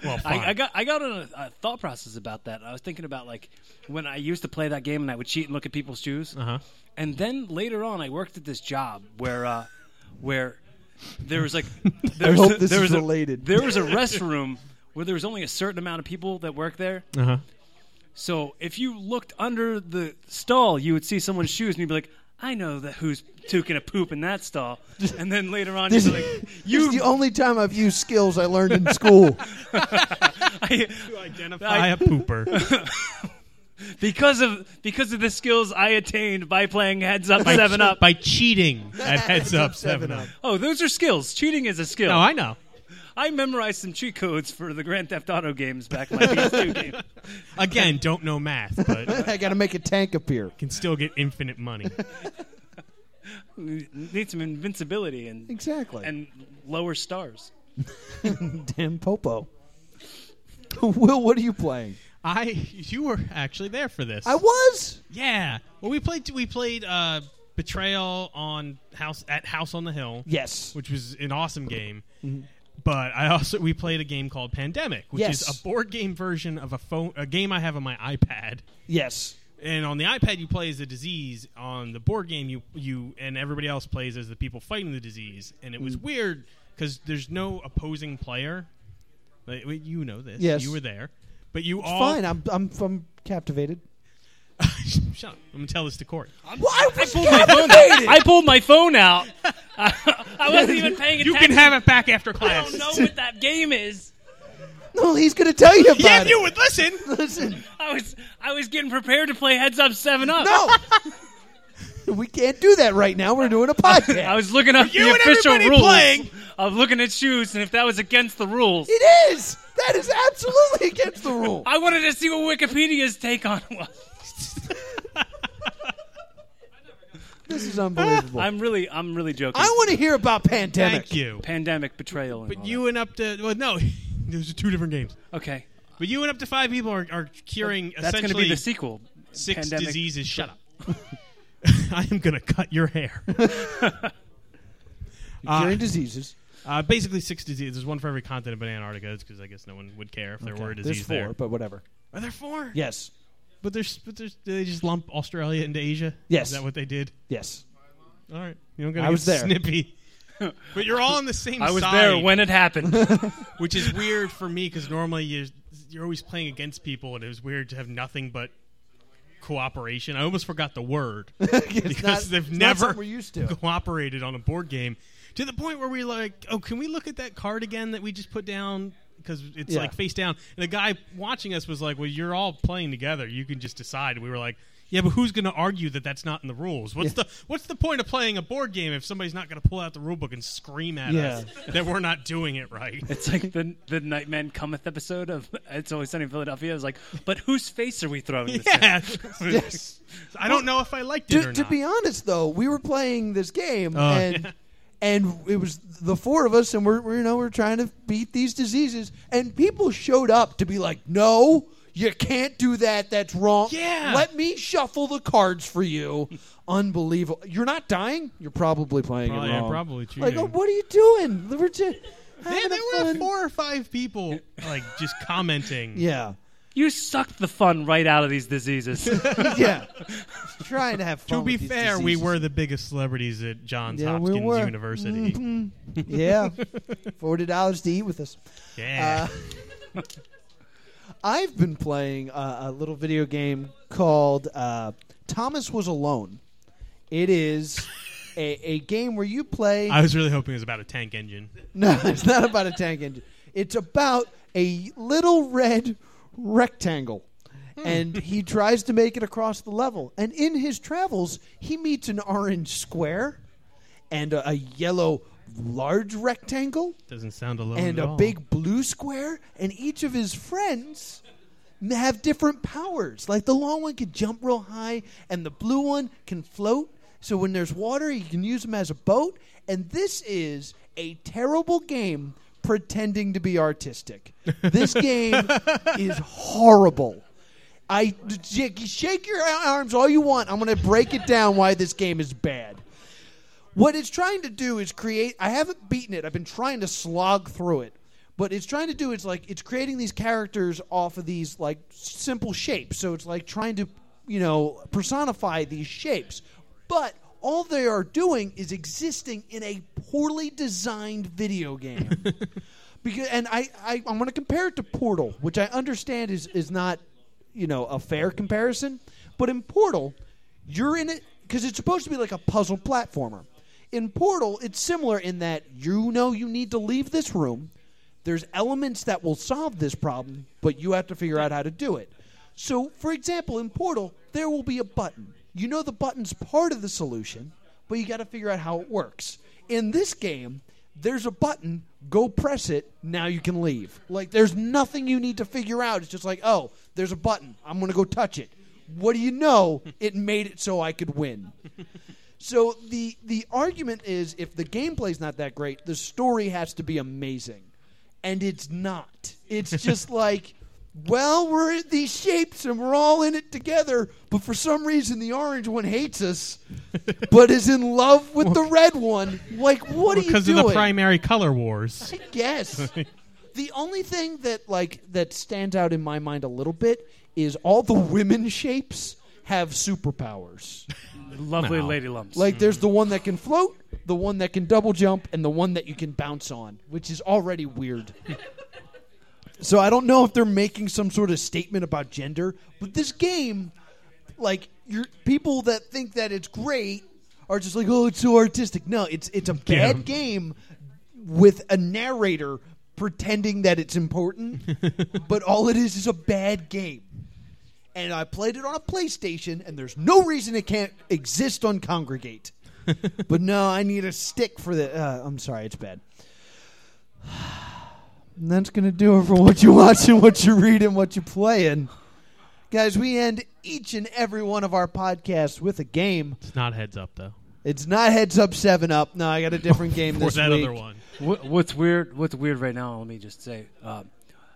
S3: Well, fine.
S4: I, I got I got on a, a thought process about that. I was thinking about like when I used to play that game and I would cheat and look at people's shoes,
S3: uh-huh.
S4: and then later on I worked at this job where uh, where there was like there
S2: I
S4: was,
S2: hope
S4: a-
S2: this
S4: there
S2: is
S4: was a-
S2: related.
S4: there was a restroom where there was only a certain amount of people that worked there.
S3: Uh-huh.
S4: So if you looked under the stall, you would see someone's shoes, and you'd be like. I know that who's taking a poop in that stall, and then later on you'd
S2: This,
S4: be like,
S2: this is the only time I've used skills I learned in school.
S4: I,
S3: Identify
S4: I-
S3: a pooper.
S4: because of because of the skills I attained by playing heads up seven up.
S3: By cheating at heads up,
S2: Seven
S3: seven
S2: Up.
S3: up.
S4: Oh, those are skills. Cheating is a skill.
S3: No, I know.
S4: I memorized some cheat codes for the Grand Theft Auto games back in my PS2 game.
S3: Again, don't know math, but
S2: I got to make a tank appear.
S3: can still get infinite money.
S4: N- Need some invincibility and
S2: Exactly.
S4: and lower stars.
S2: damn popo. Will, what are you playing?
S3: I, you were actually there for this.
S2: I was.
S3: Yeah. Well, we played we played uh, Betrayal on House at House on the Hill,
S2: Yes.
S3: which was an awesome game.
S2: Mm-hmm.
S3: But I also we played a game called Pandemic, which
S2: Yes.
S3: is a board game version of a phone a game I have on my iPad.
S2: Yes.
S3: And on the iPad you play as the disease. On the board game you you and everybody else plays as the people fighting the disease. And it was
S2: Mm.
S3: weird because there's no opposing player. Like, well, you know this.
S2: Yes.
S3: You were there. But you all
S2: Fine. I'm I'm I'm captivated.
S3: shut up. I'm gonna tell this to Corey.
S2: Well, I was
S4: my phone
S2: captivated.
S4: I pulled my phone out. I wasn't even paying
S3: You
S4: attention.
S3: can have it back after class.
S4: I don't know what that game is.
S2: No, Well, he's going to tell you about
S3: yeah,
S2: it.
S3: if you would listen.
S2: Listen,
S4: I was I was getting prepared to play Heads Up Seven Up.
S2: no. we can't do that right now. We're doing a podcast.
S4: I was looking up
S3: You
S4: the
S3: and
S4: official
S3: everybody
S4: rules
S3: playing.
S4: of looking at shoes and if that was against the rules.
S2: It is. That is absolutely against the rule.
S4: I wanted to see what Wikipedia's take on it was.
S2: This is unbelievable.
S4: I'm really I'm really joking.
S2: I want to hear about pandemic.
S3: Thank you.
S4: Pandemic betrayal. And
S3: But
S4: all
S3: you went up to well, no, those are two different games.
S4: that. okay.
S3: But you and up to five people are, are curing
S4: That's going to
S3: essentially
S4: be the sequel.
S3: six
S4: Pandemic.
S3: diseases. Shut up. I am going to cut your hair.
S2: Curing
S3: Uh,
S2: diseases.
S3: Uh, basically, six diseases. There's one for every continent but Antarctica. It's because I guess no one would care if there were a
S2: There's
S3: disease
S2: four,
S3: there.
S2: but whatever.
S3: Are there four?
S2: Yes.
S3: But there's, but there's, do they just lump Australia into Asia.
S2: Yes.
S3: Is that what they did?
S2: Yes.
S3: All right. You don't gotta
S2: I
S3: get
S2: was there.
S3: snippy. but you're all on the same
S4: I was
S3: side,
S4: there when it happened.
S3: which is weird for me because normally you're, you're always playing against people, and it was weird to have nothing but cooperation. I almost forgot the word.
S2: It's not-
S3: because they've
S2: it's not
S3: never
S2: something we're used to.
S3: cooperated on a board game to the point where we're like, oh, can we look at that card again that we just put down? Because it's
S2: Yeah.
S3: like face down. And the guy watching us was like, well, you're all playing together. You can just decide. We were like, yeah, but who's going to argue that that's not in the rules? What's the What's the point of playing a board game if somebody's not going to pull out the rule book and scream at
S2: Yeah.
S3: us that we're not doing it right?
S4: It's like the the Nightman Cometh episode of It's Always Sunny in Philadelphia. It's like, but whose face are we throwing this at?
S3: yeah,
S2: Yes.
S3: I don't know if I liked it
S2: to,
S3: or
S2: to
S3: not.
S2: be honest, though, we were playing this game,
S3: Oh,
S2: and
S3: yeah.
S2: and it was the four of us, and we're, we're you know we're trying to beat these diseases, and people showed up to be like, no. You can't do that. That's wrong.
S3: Yeah.
S2: Let me shuffle the cards for you. Unbelievable. You're not dying. You're probably playing
S3: Probably-
S2: it
S3: yeah,
S2: wrong.
S3: probably
S2: Like,
S3: cheating.
S2: oh, what are you doing? We're just
S3: yeah,
S2: having
S3: there
S2: a
S3: were
S2: fun-
S3: four or five people like just commenting.
S2: Yeah.
S4: You sucked the fun right out of these diseases.
S2: yeah. Trying to have fun.
S3: To be
S2: with these
S3: fair, we
S2: diseases.
S3: were the biggest celebrities at Johns
S2: Yeah, we
S3: Hopkins
S2: were. Mm-hmm.
S3: University.
S2: Yeah. Forty dollars to eat with us.
S3: Yeah.
S2: Uh, I've been playing a, a little video game called uh, Thomas Was Alone. It is a, a game where you play.
S3: I was really hoping it was about a tank engine.
S2: no, it's not about a tank engine. It's about a little red rectangle. And he tries to make it across the level. And in his travels, he meets an orange square and a, a yellow large rectangle
S3: Doesn't sound alone
S2: and
S3: at
S2: a
S3: all.
S2: big blue square, and each of his friends n- have different powers. Like the long one can jump real high, and the blue one can float. So when there's water, you can use them as a boat. And this is a terrible game pretending to be artistic. This game is horrible. I j- shake your arms all you want. I'm going to break it down why this game is bad. What it's trying to do is create. I haven't beaten it. I've been trying to slog through it. But it's trying to do it's like it's creating these characters off of these like simple shapes. So it's like trying to, you know, personify these shapes. But all they are doing is existing in a poorly designed video game. because and I, I I'm gonna compare it to Portal, which I understand is is not, you know, a fair comparison. But in Portal, you're in it because it's supposed to be like a puzzle platformer. In Portal, it's similar in that you know you need to leave this room. There's elements that will solve this problem, but you have to figure out how to do it. So, for example, in Portal, there will be a button. You know the button's part of the solution, but you got to figure out how it works. In this game, there's a button, go press it, now you can leave. Like, there's nothing you need to figure out. It's just like, oh, there's a button, I'm going to go touch it. What do you know? It made it so I could win. So the the argument is if the gameplay's not that great, the story has to be amazing. And it's not. It's just like well, we're in these shapes and we're all in it together, but for some reason the orange one hates us, but is in love with the red one. Like, what are you doing?
S3: because of the primary color wars.
S2: Yes. the only thing that like that stands out in my mind a little bit is all the women shapes have superpowers.
S4: Lovely
S3: Wow.
S4: lady lumps.
S2: Like there's the one that can float, the one that can double jump, and the one that you can bounce on, which is already weird. so I don't know if they're making some sort of statement about gender, but this game, like your people that think that it's great are just like, oh, it's so artistic. No, it's it's a
S3: Yeah.
S2: bad game with a narrator pretending that it's important, but all it is is a bad game. And I played it on a PlayStation, and there's no reason it can't exist on Congregate. but no, I need a stick for the. Uh, I'm sorry, it's bad. And that's gonna do it for what you watch and what you read and what you playing. Guys, we end each and every one of our podcasts with a game.
S3: It's not heads up though.
S2: It's not heads up, seven up. No, I got a different game
S3: Or
S2: this
S3: that
S2: week.
S3: other one.
S4: What, what's weird? What's weird right now? Let me just say, um,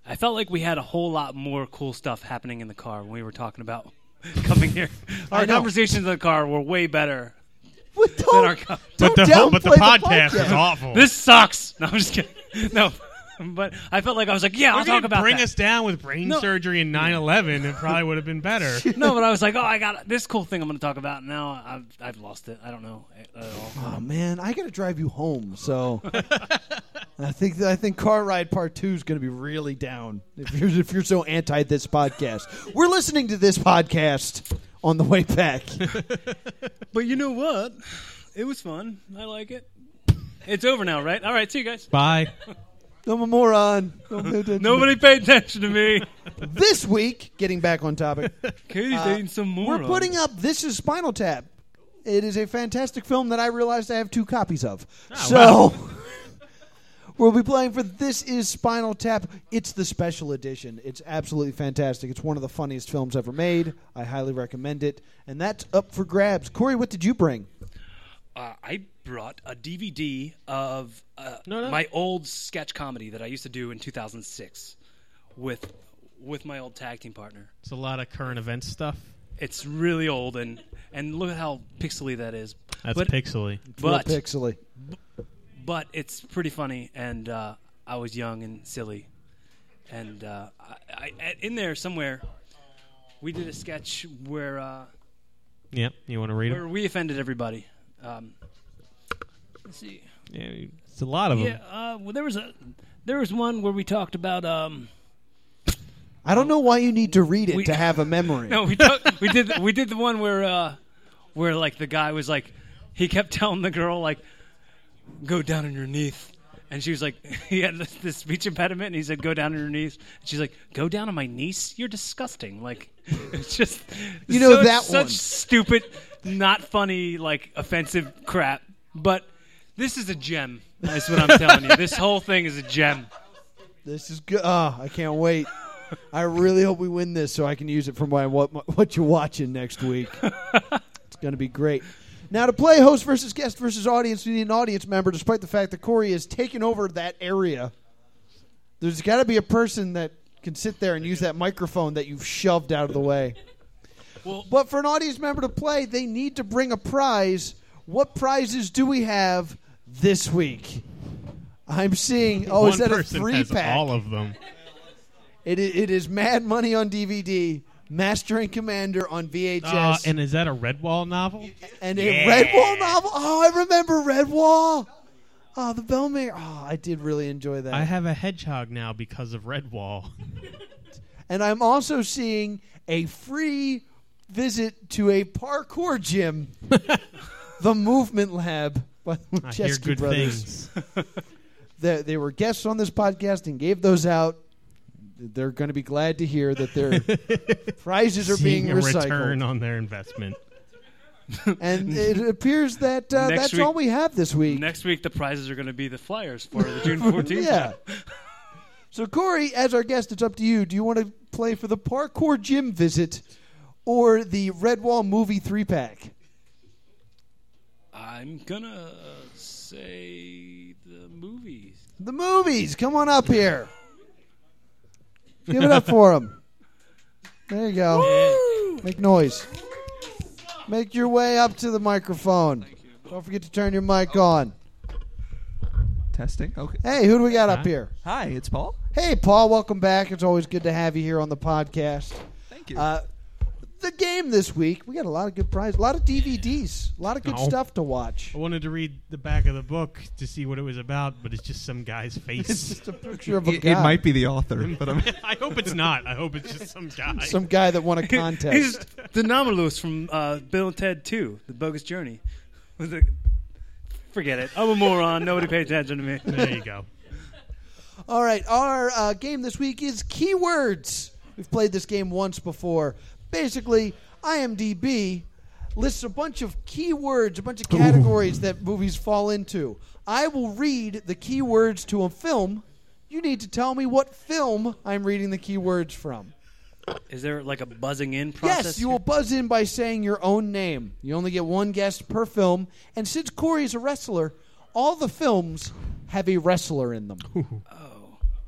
S4: I felt like we had a whole lot more cool stuff happening in the car when we were talking about coming here.
S2: I
S4: Our
S2: know.
S4: conversations in the car were way better.
S2: But don't,
S4: our co-
S2: don't
S3: But the
S2: downplay
S3: but the
S2: the
S3: podcast, is awful.
S4: This sucks. No, I'm just kidding. No, but I felt like I was like, yeah,
S3: We're
S4: I'll
S3: gonna
S4: talk about
S3: bring
S4: that.
S3: us down with brain
S4: No.
S3: surgery and 9/11. It probably would have been better.
S4: No, but I was like, oh, I got this cool thing I'm going to talk about. Now I've I've lost it. I don't know at all.
S2: Oh man, I gotta drive you home. So I think I think car ride part two is gonna be really down if you're if you're so anti this podcast. We're listening to this podcast on the way back.
S4: But you know what? It was fun. I like it. It's over now, right? All right, see you guys.
S3: Bye.
S2: I'm a moron. Don't pay attention.
S4: Nobody paid attention to me.
S2: This week, getting back on topic,
S4: Katie's dating some more.
S2: Uh, we're putting up This Is Spinal Tap. It is a fantastic film that I realized I have two copies of. so we'll be playing for This Is Spinal Tap. It's the special edition. It's absolutely fantastic. It's one of the funniest films ever made. I highly recommend it. And that's up for grabs. Corey, what did you bring?
S4: Uh, I brought a DVD of uh,
S3: No, no.
S4: my old sketch comedy that I used to do in 2006 with with my old tag team partner.
S3: It's a lot of current event stuff.
S4: It's really old and and look at how pixely that is.
S3: That's
S4: but,
S3: pixely.
S4: but
S2: Real pixely.
S4: but it's pretty funny and uh, I was young and silly and uh, I, I, in there somewhere we did a sketch where uh,
S3: Yep. You want to read
S4: where
S3: it?
S4: we offended everybody. Um, let's see.
S3: Yeah, it's a lot of them.
S4: Yeah, uh, well, there was a there was one where we talked about um.
S2: I don't know why you need to read it
S4: We-
S2: to have a memory.
S4: No, we talk, we did we did the one where uh, where like the guy was like he kept telling the girl like go down on your knees. And she was like, he had this- this speech impediment, and he said, "Go down on your knees." And she's like, "Go down on my niece? You're disgusting!" Like, it's just
S2: You know
S4: so-
S2: that
S4: such
S2: one.
S4: stupid, not funny, like offensive crap. But this is a gem. That's what I'm telling you. This whole thing is a gem.
S2: This is good. Ah, I can't wait. I really hope we win this so I can use it for my what, what you're watching next week. it's going to be great. Now to play host versus guest versus audience, we need an audience member. Despite the fact that Corey has taken over that area, there's got to be a person that can sit there and use that microphone that you've shoved out of the way.
S4: Well-
S2: but for an audience member to play, they need to bring a prize. What prizes do we have this week? I'm seeing. Oh,
S3: One
S2: is that a
S3: person
S2: three
S3: has
S2: pack?
S3: all of them.
S2: It is, it is Mad Money on DVD, Master and Commander on VHS,
S3: Uh,
S2: and,
S3: and is that a Redwall novel?
S2: a Redwall novel. Oh, I remember Redwall. Oh, the Bellmare. Oh, I did really enjoy that.
S3: I have a hedgehog now because of Redwall.
S2: and I'm also seeing a free visit to a parkour gym, the Movement Lab by the
S3: I hear
S2: Chesky
S3: good
S2: Brothers.
S3: things.
S2: They, they were guests on this podcast and gave those out. They're going to be glad to hear that their prizes are
S3: Seeing
S2: being
S3: a
S2: recycled.
S3: return on their investment.
S2: And it appears that uh,
S4: Next
S2: that's
S4: week-
S2: all we have this week.
S4: Next week, the prizes are going to be the flyers for the June 14th.
S2: yeah. so Corey, as our guest, it's up to you. Do you want to play for the parkour gym visit or the Redwall movie three pack?
S4: I'm gonna uh, say the movies.
S2: The movies. Come on up here. Give it up for him. There you go. Make noise. Make your way up to the microphone. Don't forget to turn your mic on.
S5: Testing. Okay.
S2: Hey, who do we got up
S3: Hi.
S2: here?
S5: Hi, it's Paul.
S2: Hey, Paul, welcome back. It's always good to have you here on the podcast.
S5: Thank you.
S2: Uh, the game this week, we got a lot of good prizes, a lot of DVDs, a lot of good
S5: Oh.
S3: No.
S2: stuff to watch.
S3: I wanted to read the back of the book to see what it was about, but it's just some guy's
S2: It's
S3: face.
S2: just a picture of a
S5: it,
S2: guy,
S5: it might be the author, but I'm
S3: I hope it's not. I hope it's just some guy.
S2: some guy that won a contest.
S4: He's the Nominalist from uh, Bill and Ted 2, The Bogus Journey. Forget it. I'm a moron. Nobody paid attention to me.
S3: there you go.
S2: All right, our uh, game this week is keywords. We've played this game once before. Basically, IMDb lists a bunch of keywords, a bunch of categories that movies fall into. I will read the keywords to a film. You need to tell me what film I'm reading the keywords from.
S4: Is there like a buzzing in process?
S2: Yes, you will buzz in by saying your own name. You only get one guess per film. And since Corey is a wrestler, all the films have a wrestler in them.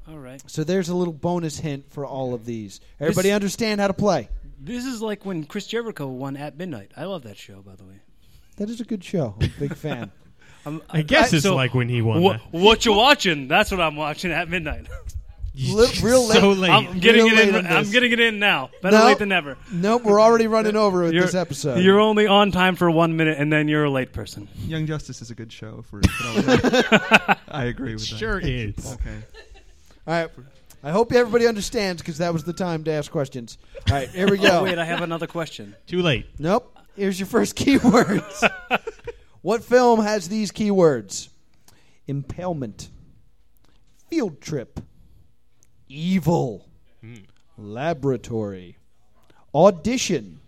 S4: All right.
S2: So there's a little bonus hint for all of these. Everybody understand how to play.
S4: This is like when Chris Jericho won at midnight. I love that show, by the way.
S2: That is a good show. I'm a big fan.
S4: I'm,
S3: I guess
S4: I-
S3: it's
S4: so-
S3: like when he won.
S4: Wha-
S3: that.
S4: what you watching? That's what I'm watching at midnight.
S2: Li- real
S3: so
S2: late.
S3: late.
S4: I'm getting
S2: Real
S4: it in.
S2: late on
S4: I'm
S2: this.
S4: getting it in now. Better
S2: No.
S4: late than never.
S2: Nope, we're already running over with this episode.
S4: You're only on time for one minute, and then you're a late person.
S5: Young Justice is a good show for. for- I agree with that.
S3: Sure is.
S5: Okay.
S2: all right. I hope everybody understands because that was the time to ask questions. All right, here we go.
S4: Oh, Wait, I have another question.
S3: Too late.
S2: Nope. Here's your first keywords. what film has these keywords? Impalement, field trip, evil, laboratory, audition,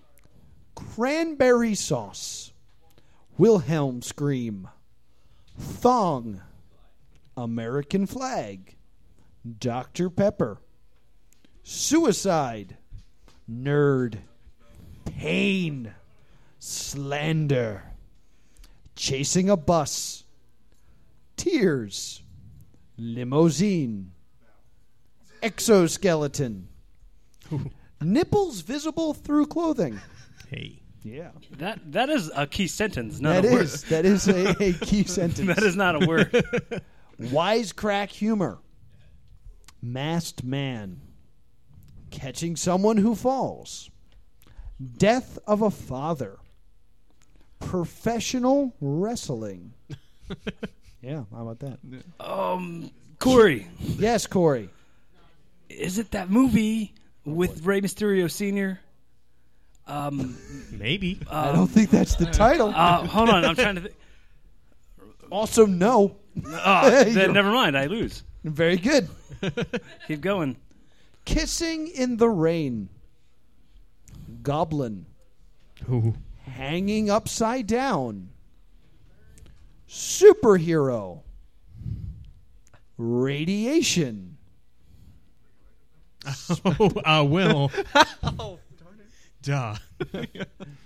S2: cranberry sauce, Wilhelm scream, thong, American flag, Dr. Pepper, suicide, nerd pain, slander, chasing a bus, tears, limousine, exoskeleton, nipples visible through clothing.
S3: Hey.
S2: Yeah,
S4: That that is a key sentence. Not
S2: that
S4: a word.
S2: is that is a, a key sentence.
S4: That is not a word.
S2: Wisecrack humor, masked man, catching someone who falls, death of a father, professional wrestling. yeah, how about that?
S4: um, Corey,
S2: Yes, Corey.
S4: is it that movie with Ray Mysterio Senior? Um,
S3: Maybe.
S2: I don't think that's the title.
S4: uh, hold on, I'm trying to. Th-
S2: also, no.
S4: oh,
S2: You're-
S4: then never mind. I lose.
S2: Very good.
S4: Keep going.
S2: Kissing in the rain, goblin,
S3: Ooh.
S2: hanging upside down. Superhero. Radiation.
S3: Oh, I will. Duh.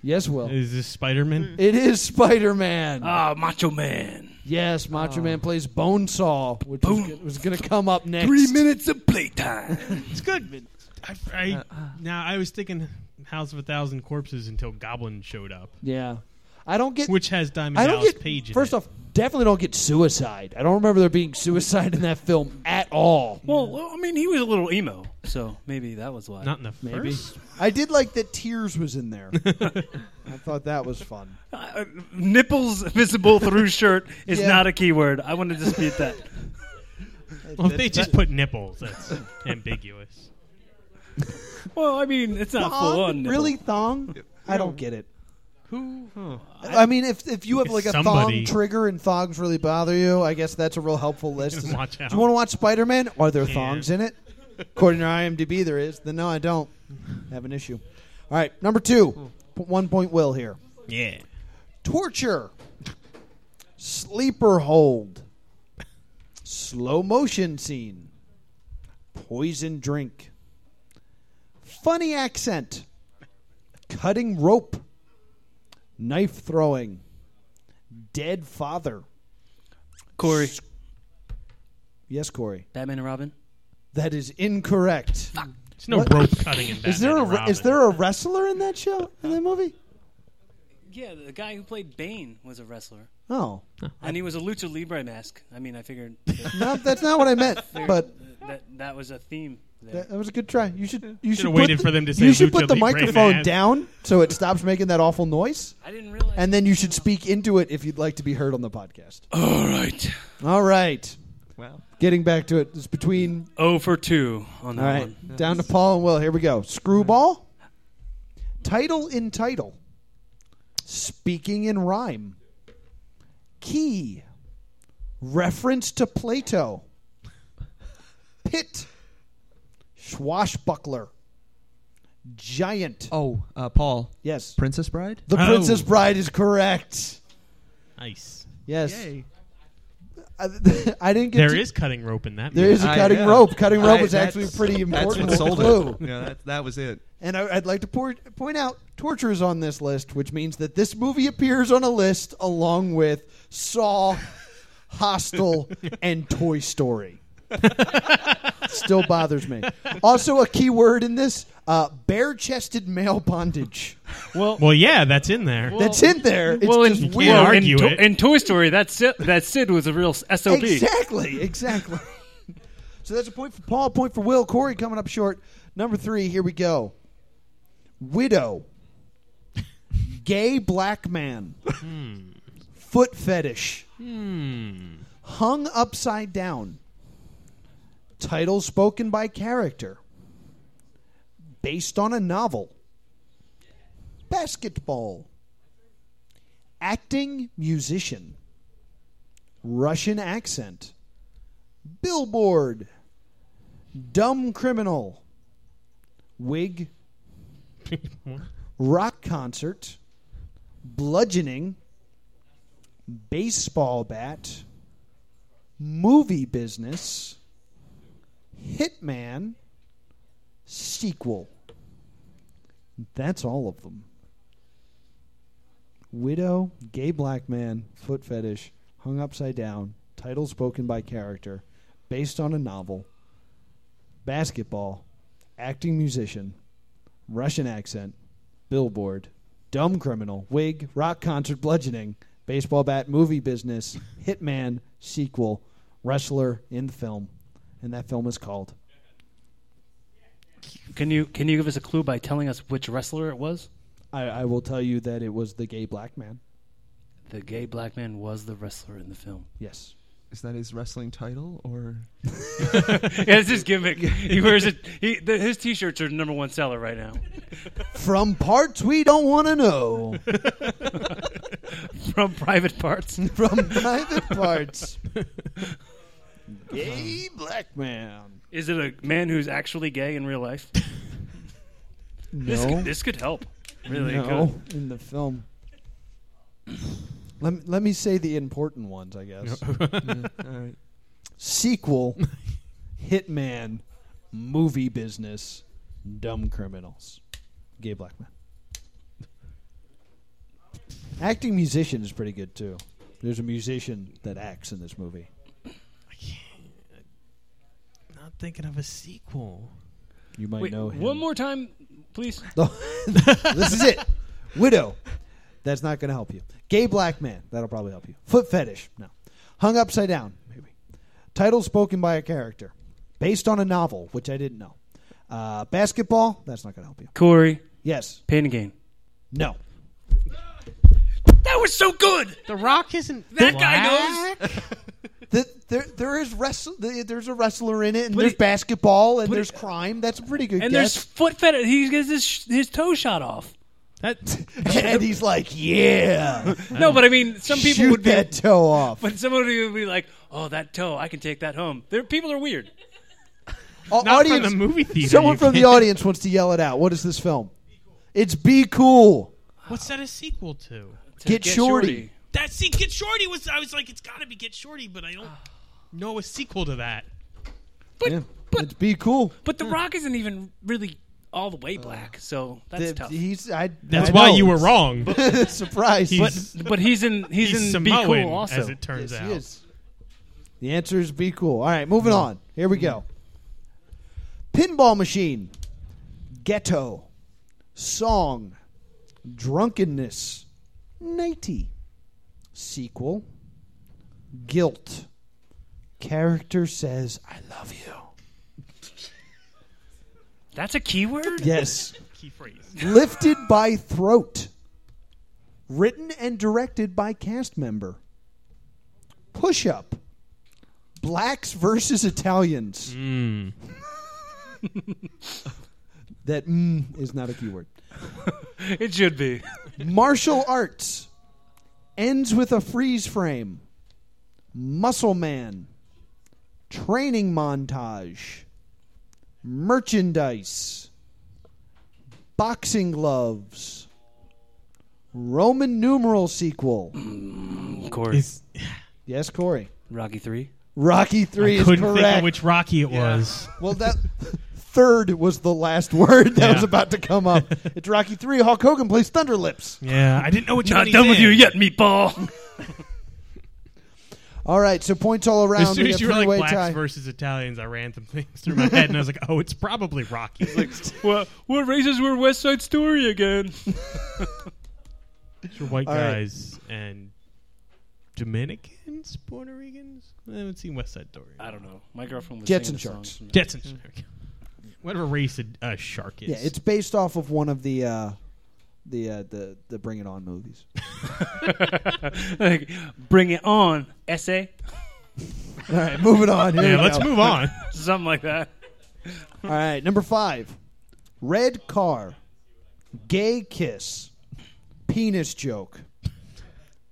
S2: Yes, Will.
S3: Is this Spider Man?
S2: It is Spider Man.
S4: Ah, Macho Man.
S2: yes, Macho Man plays Bonesaw, which was,
S4: Bone-
S2: going to come up next.
S4: uh, Three minutes of playtime.
S3: It's good. but I, I, now I was thinking House of a Thousand Corpses until Goblin showed up,
S2: Yeah. I don't get.
S3: which has Diamond
S2: I don't
S3: Dallas
S2: get.
S3: Page. In
S2: first
S3: it.
S2: off, definitely don't get suicide. I don't remember there being suicide in that film at all.
S4: well, well, I mean, he was a little emo, so maybe that was why.
S3: not in the
S2: Maybe.
S3: first.
S2: I did like that Tears was in there. I thought that was fun.
S4: Uh, nipples visible through shirt is
S2: Yeah.
S4: not a keyword. I want to dispute that.
S3: Well, if they just put nipples, that's ambiguous.
S4: well, I mean, it's not full on.
S2: Thong?
S4: nipple.
S2: Really thong? I don't get it.
S3: Who?
S4: Hmm.
S2: I mean, if if you have like a
S3: Somebody-
S2: thong trigger and thongs really bother you, I guess that's a real helpful list.
S3: Watch
S2: Do
S3: out.
S2: you want to watch Spider Man? Are there thongs in it? According to IMDb, there is. Then no, I don't have an issue. All right, number two, P- one point will here.
S3: Yeah.
S2: Torture, sleeper hold, slow motion scene, poison drink, funny accent, cutting rope, knife throwing, dead father.
S4: Corey,
S2: Yes, Corey.
S4: Batman and Robin.
S2: That is incorrect.
S3: There's no
S2: What?
S3: rope cutting in Batman.
S2: Is there a
S3: and Robin.
S2: is there a wrestler in that show in that movie?
S4: Yeah, the guy who played Bane was a wrestler,
S2: Oh,
S4: and he was a lucha libre mask. I mean, I figured
S2: no, that's not what I meant. But
S4: that that was a theme. There.
S2: That, that was a good try. You should you should
S3: Should've
S2: put
S3: waited
S2: the-
S3: for them to
S2: You
S3: say
S2: should
S3: Lucha
S2: put the
S3: Libre
S2: microphone
S3: man.
S2: down so it stops making that awful noise,
S4: I didn't realize.
S2: and then you should speak into it if you'd like to be heard on the podcast.
S4: all right,
S2: All right,
S5: Wow.
S2: getting back to it. It's between
S4: oh for two on that
S2: all right
S4: one.
S2: down to Paul and Will. Here we go. Screwball. Title in title. Speaking in rhyme. Key. Reference to Plato. Pit, Swashbuckler, Giant.
S5: Oh, uh, Paul,
S2: Yes.
S5: Princess Bride.
S2: The
S3: Oh.
S2: Princess Bride is correct.
S3: Nice.
S2: Yes.
S5: Yay.
S2: I, I didn't get
S3: There
S2: to-
S3: is cutting rope in that.
S2: There
S3: movie.
S2: is a
S5: I-
S2: cutting
S5: yeah.
S2: rope. Cutting rope
S5: I-
S2: is actually
S5: that's-
S2: pretty
S5: That's
S2: important
S5: what sold
S2: clue.
S5: it. Yeah, that, that was it.
S2: And I, I'd like to pour, point out torture is on this list, which means that this movie appears on a list along with Saw, Hostel, and Toy Story. Still bothers me. Also, a key word in this: uh, bare-chested male bondage.
S4: Well,
S3: Well, yeah, that's in there.
S2: That's in there. It's
S4: well,
S2: just
S4: in,
S2: weird.
S4: well,
S3: argue
S4: in, To-
S3: it.
S4: in Toy Story, that Sid, that Sid was a real sob.
S2: Exactly, exactly. so that's a point for Paul, point for Will. Corey coming up short. Number three, here we go. Widow. Gay black man. Foot fetish. Hung upside down. Title spoken by character. Based on a novel. Basketball. Acting musician. Russian accent, billboard, dumb criminal, wig, rock concert, bludgeoning, baseball bat, movie business, hitman, sequel. That's all of them. Widow, gay black man, foot fetish, hung upside down, title spoken by character, based on a novel, basketball, acting musician, Russian accent, billboard, dumb criminal, wig, rock concert, bludgeoning, baseball bat, movie business, hitman, sequel, wrestler in the film. And that film is called.
S4: Can you can you give us a clue by telling us which wrestler it was?
S2: I, I will tell you that it was the gay black man.
S4: The gay black man was the wrestler in the film.
S2: Yes.
S5: Is that his wrestling title or?
S4: yeah, it's his gimmick. He wears it. He, the, his t-shirts are the number one seller right now.
S2: From parts we don't want to know.
S4: From private parts.
S2: from private parts. Gay black man.
S4: Is it a man who's actually gay in real life? This,
S2: No,
S4: could, this could help. Really
S2: no, in the film. Let me, let me say the important ones, I guess.
S5: All right.
S2: Sequel, Hitman, movie business, dumb criminals, gay black man. Acting musician is pretty good too. There's a musician that acts in this movie.
S3: Not thinking of a sequel.
S2: You might
S4: good. Wait,
S2: know him.
S4: one more time, please.
S2: this is it. Widow. That's not going to help you. Gay black man. That'll probably help you. Foot fetish. No. Hung upside down. Maybe. Title spoken by a character. Based on a novel, which I didn't know. Uh, basketball. That's not going to help you.
S4: Corey,
S2: Yes.
S4: pain and gain.
S2: No.
S4: That was so good.
S3: The Rock isn't
S4: That guy knows.
S2: The, there, there is wrestle. The, there's a wrestler in it, and
S4: But
S2: there's
S4: it-
S2: basketball, and
S4: but it-
S2: there's crime. That's a pretty good
S4: And there's
S2: guess.
S4: foot fetish. He gets his his toe shot off.
S3: That
S2: and he's like, "Yeah,
S4: No, but I mean, some people
S2: shoot
S4: would be.
S2: that toe off."
S4: But somebody would be like, "Oh, that toe, I can take that home." There, people are weird.
S2: Au-
S3: not
S2: audience-
S3: from the movie theater.
S2: Someone
S3: you
S2: from the
S3: can't-
S2: audience wants to yell it out. What is this film? It's Be Cool.
S3: What's that a sequel to?
S4: To
S2: Get Shorty.
S3: That see, Get Shorty was. I was like, it's got to be Get Shorty, but I don't know a sequel to that.
S4: But but
S2: It's Be Cool.
S4: but The Rock isn't even really all the way black, so that's
S2: The-
S4: tough.
S2: he's- I-
S3: That's
S2: I
S3: why
S2: know.
S3: you were wrong.
S2: Surprise.
S4: but
S3: he's-
S4: but he's in he's,
S3: He's
S4: in
S3: Samoan,
S4: Be Cool also.
S3: as it turns
S2: Yes,
S3: out.
S2: he is. The answer is Be Cool. All right, moving on. Here we go. Pinball Machine, Ghetto, Song, Drunkenness, Nighty, Sequel, Guilt, Character Says, I Love You.
S4: that's a keyword.
S2: Yes.
S3: Key phrase.
S2: Lifted by Throat. Written and directed by cast member. Push Up. Blacks versus Italians. that mm is not a keyword.
S4: It should be.
S2: Martial arts. Ends with a freeze frame. Muscle Man. Training montage. merchandise, boxing gloves, Roman numeral sequel.
S4: Of course.
S3: It's,
S2: Yes, Corey.
S4: Rocky Three.
S2: Rocky three
S3: I
S2: is
S3: couldn't think
S2: correct.
S3: of which Rocky it was.
S2: well, that third was the last word that
S3: Yeah.
S2: was about to come up. it's Rocky three. Hulk Hogan plays Thunderlips.
S3: Yeah, I didn't know what you
S4: Not done with you yet, meatball.
S2: All right, so points all around.
S3: As soon
S2: We
S3: as
S2: got
S3: you were like
S2: three-way
S3: blacks
S2: tie.
S3: versus Italians, I ran some things through my head, and I was like, "Oh, it's probably Rocky."
S4: well, what races were West Side Story again?
S3: These were white
S2: All right.
S3: guys and Dominicans, Puerto Ricans. I haven't seen West Side Story.
S4: I don't know. My girlfriend was
S2: Jets
S4: singing
S2: and
S4: a song
S2: Sharks.
S4: from that.
S3: Jetsons. There we go. Whatever race a uh, shark is.
S2: Yeah, it's based off of one of the uh, the uh, the the Bring It On movies.
S4: Like, bring it on, essay,
S2: All right, moving on. Here
S3: Yeah,
S2: we
S3: let's
S2: go.
S3: move on.
S4: something like that.
S2: All right, number five: red car, gay kiss, penis joke,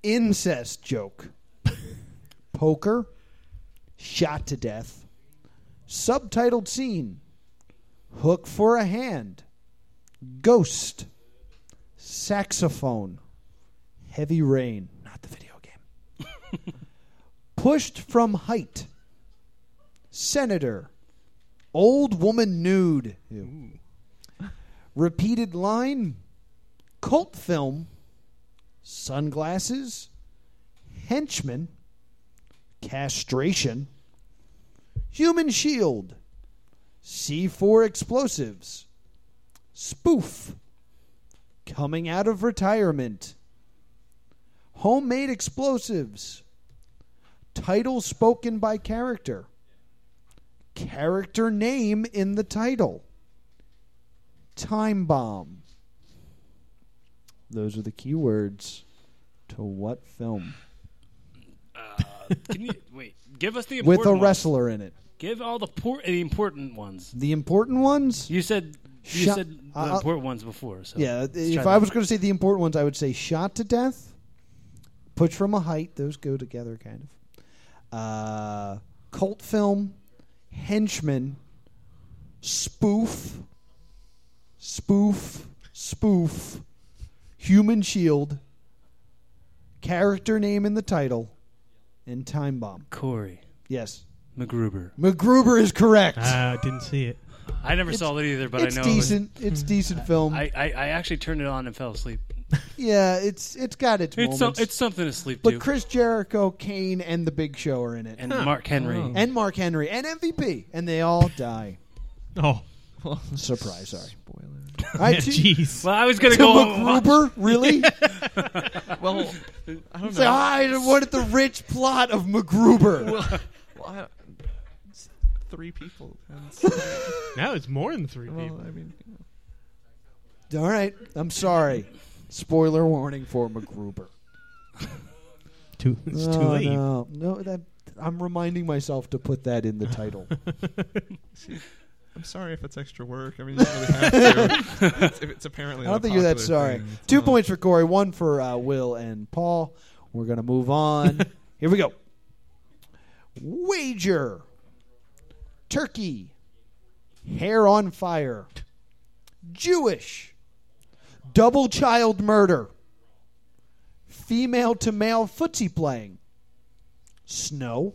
S2: incest joke, poker, shot to death, subtitled scene, hook for a hand, ghost, saxophone, heavy rain. Not the video game. Pushed from height, senator. Old woman nude. Repeated line. Cult film. Sunglasses. Henchman. Castration. Human shield. C4 explosives. Spoof. Coming out of retirement. Homemade explosives. Title spoken by character character name in the title. Time bomb. Those are the keywords to what film
S4: Can you wait? Give us
S2: with
S4: the important
S2: a
S4: ones.
S2: wrestler in it.
S4: Give all the poor, the important ones.
S2: The important ones.
S4: You said you
S2: Shut-
S4: said the
S2: I'll-
S4: important ones before. So
S2: Yeah,
S4: let's try
S2: if
S4: that.
S2: I was going to say the important ones, I would say shot to death, push from a height. Those go together, kind of. Uh, cult film, henchman, spoof, spoof, spoof, human shield, character name in the title, and time bomb.
S4: Corey
S2: Yes,
S4: McGruber.
S2: MacGruber is correct.
S3: Uh, I didn't see it.
S4: I never saw it either, Ah, but
S2: it's
S4: I know it was-
S2: decent. It's decent film.
S4: I, I, I actually turned it on and fell asleep.
S2: yeah, it's it's got its,
S4: It's so,
S2: moments.
S4: it's something to sleep
S2: But
S4: to.
S2: Chris Jericho, Kane, and The Big Show are in it. And,
S4: and Mark Henry.
S3: Oh.
S2: Mark Henry. And MVP. And they all die.
S3: Oh,
S2: Surprise, sorry.
S5: Spoiler.
S2: All right, to,
S3: jeez.
S4: Well, I was gonna
S2: to
S4: go. home and watch-
S2: MacGruber? Really?
S5: well, I don't
S2: Say,
S5: know.
S2: I wanted the rich plot of MacGruber.
S5: Well, well, I don't, it's three people. and so-
S3: now it's more than three
S5: well,
S3: people.
S5: I mean, you know.
S2: all right. I'm sorry. Spoiler warning for MacGruber.
S3: Too, it's too
S2: Oh,
S3: late.
S2: No, no that, I'm reminding myself to put that in the title.
S5: I'm sorry if it's extra work. I mean, you don't really have to. it's, if it's apparently.
S2: I don't
S5: not a
S2: think you're that
S5: popular
S2: sorry.
S5: thing, it's
S2: Two
S5: not.
S2: points for Corey, one for uh, Will and Paul. We're going to move on. Here we go. Wager. Turkey. Hair on fire. Jewish. Double child murder. Female to male footsie playing. Snow.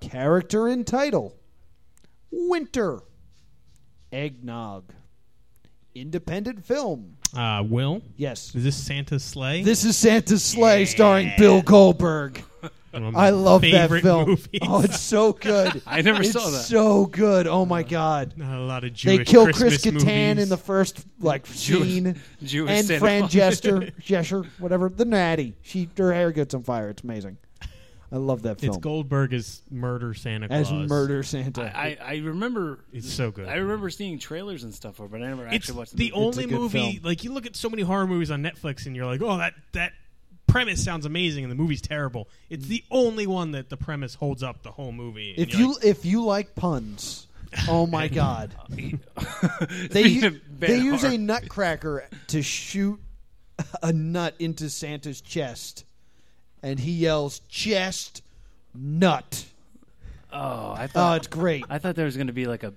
S2: Character and title. Winter. Eggnog. Independent film.
S3: Uh, Will,
S2: Yes.
S3: is this Santa's sleigh?
S2: This is Santa's Sleigh starring Bill Goldberg.
S3: One of my
S2: I love that
S3: favorite
S2: film.
S3: movies.
S2: Oh, it's so good.
S4: I never
S2: it's
S4: saw that.
S2: so good. Oh my god.
S3: Not a lot of Jewish
S2: They kill
S3: Christmas
S2: Chris Kattan
S3: movies.
S2: in the first like scene,
S4: Jewish
S2: and
S4: Santa
S2: Fran
S4: Claus.
S2: Jester, Jesher, whatever. The natty, she her hair gets on fire. It's amazing. I love that film.
S3: It's Goldberg as murder Santa Claus.
S2: As murder Santa.
S4: I, I remember.
S3: It's so good.
S4: I remember seeing trailers and stuff for, it, but I never
S3: It's
S4: actually watched
S3: the
S4: movie.
S3: only
S2: It's a good
S3: movie.
S2: film.
S3: Like you look at so many horror movies on Netflix, and you're like, "Oh, that that premise sounds amazing," and the movie's terrible. It's the only one that the premise holds up the whole movie. and
S2: if
S3: you're
S2: you
S3: like,
S2: if you like puns, oh my god. They,
S4: Speaking
S2: u-
S4: of bad
S2: they use
S4: horror.
S2: a nutcracker to shoot a nut into Santa's chest, and he yells, "Chest nut!"
S4: Oh, I
S2: Oh,
S4: thought Oh,
S2: it's great.
S4: Uh, I thought there was going to be like a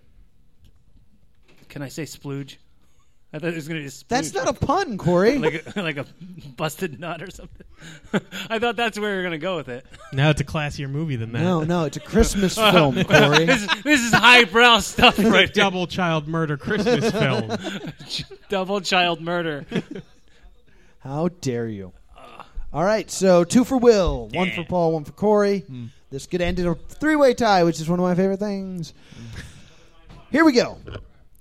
S4: Can I say splooge? I thought it was gonna be. Splooge.
S2: That's not a pun, Corey.
S4: like a, like a busted nut or something. I thought that's where we were gonna go with it.
S3: Now it's a classier movie than that.
S2: no, no, it's a Christmas film, Corey.
S4: this, is- this is highbrow stuff right here.
S3: Double child murder Christmas film.
S4: Double child murder.
S2: How dare you? All right, so two for Will, one
S3: Yeah.
S2: for Paul, one for Corey. This could end in a three-way tie, which is one of my favorite things. Here we go.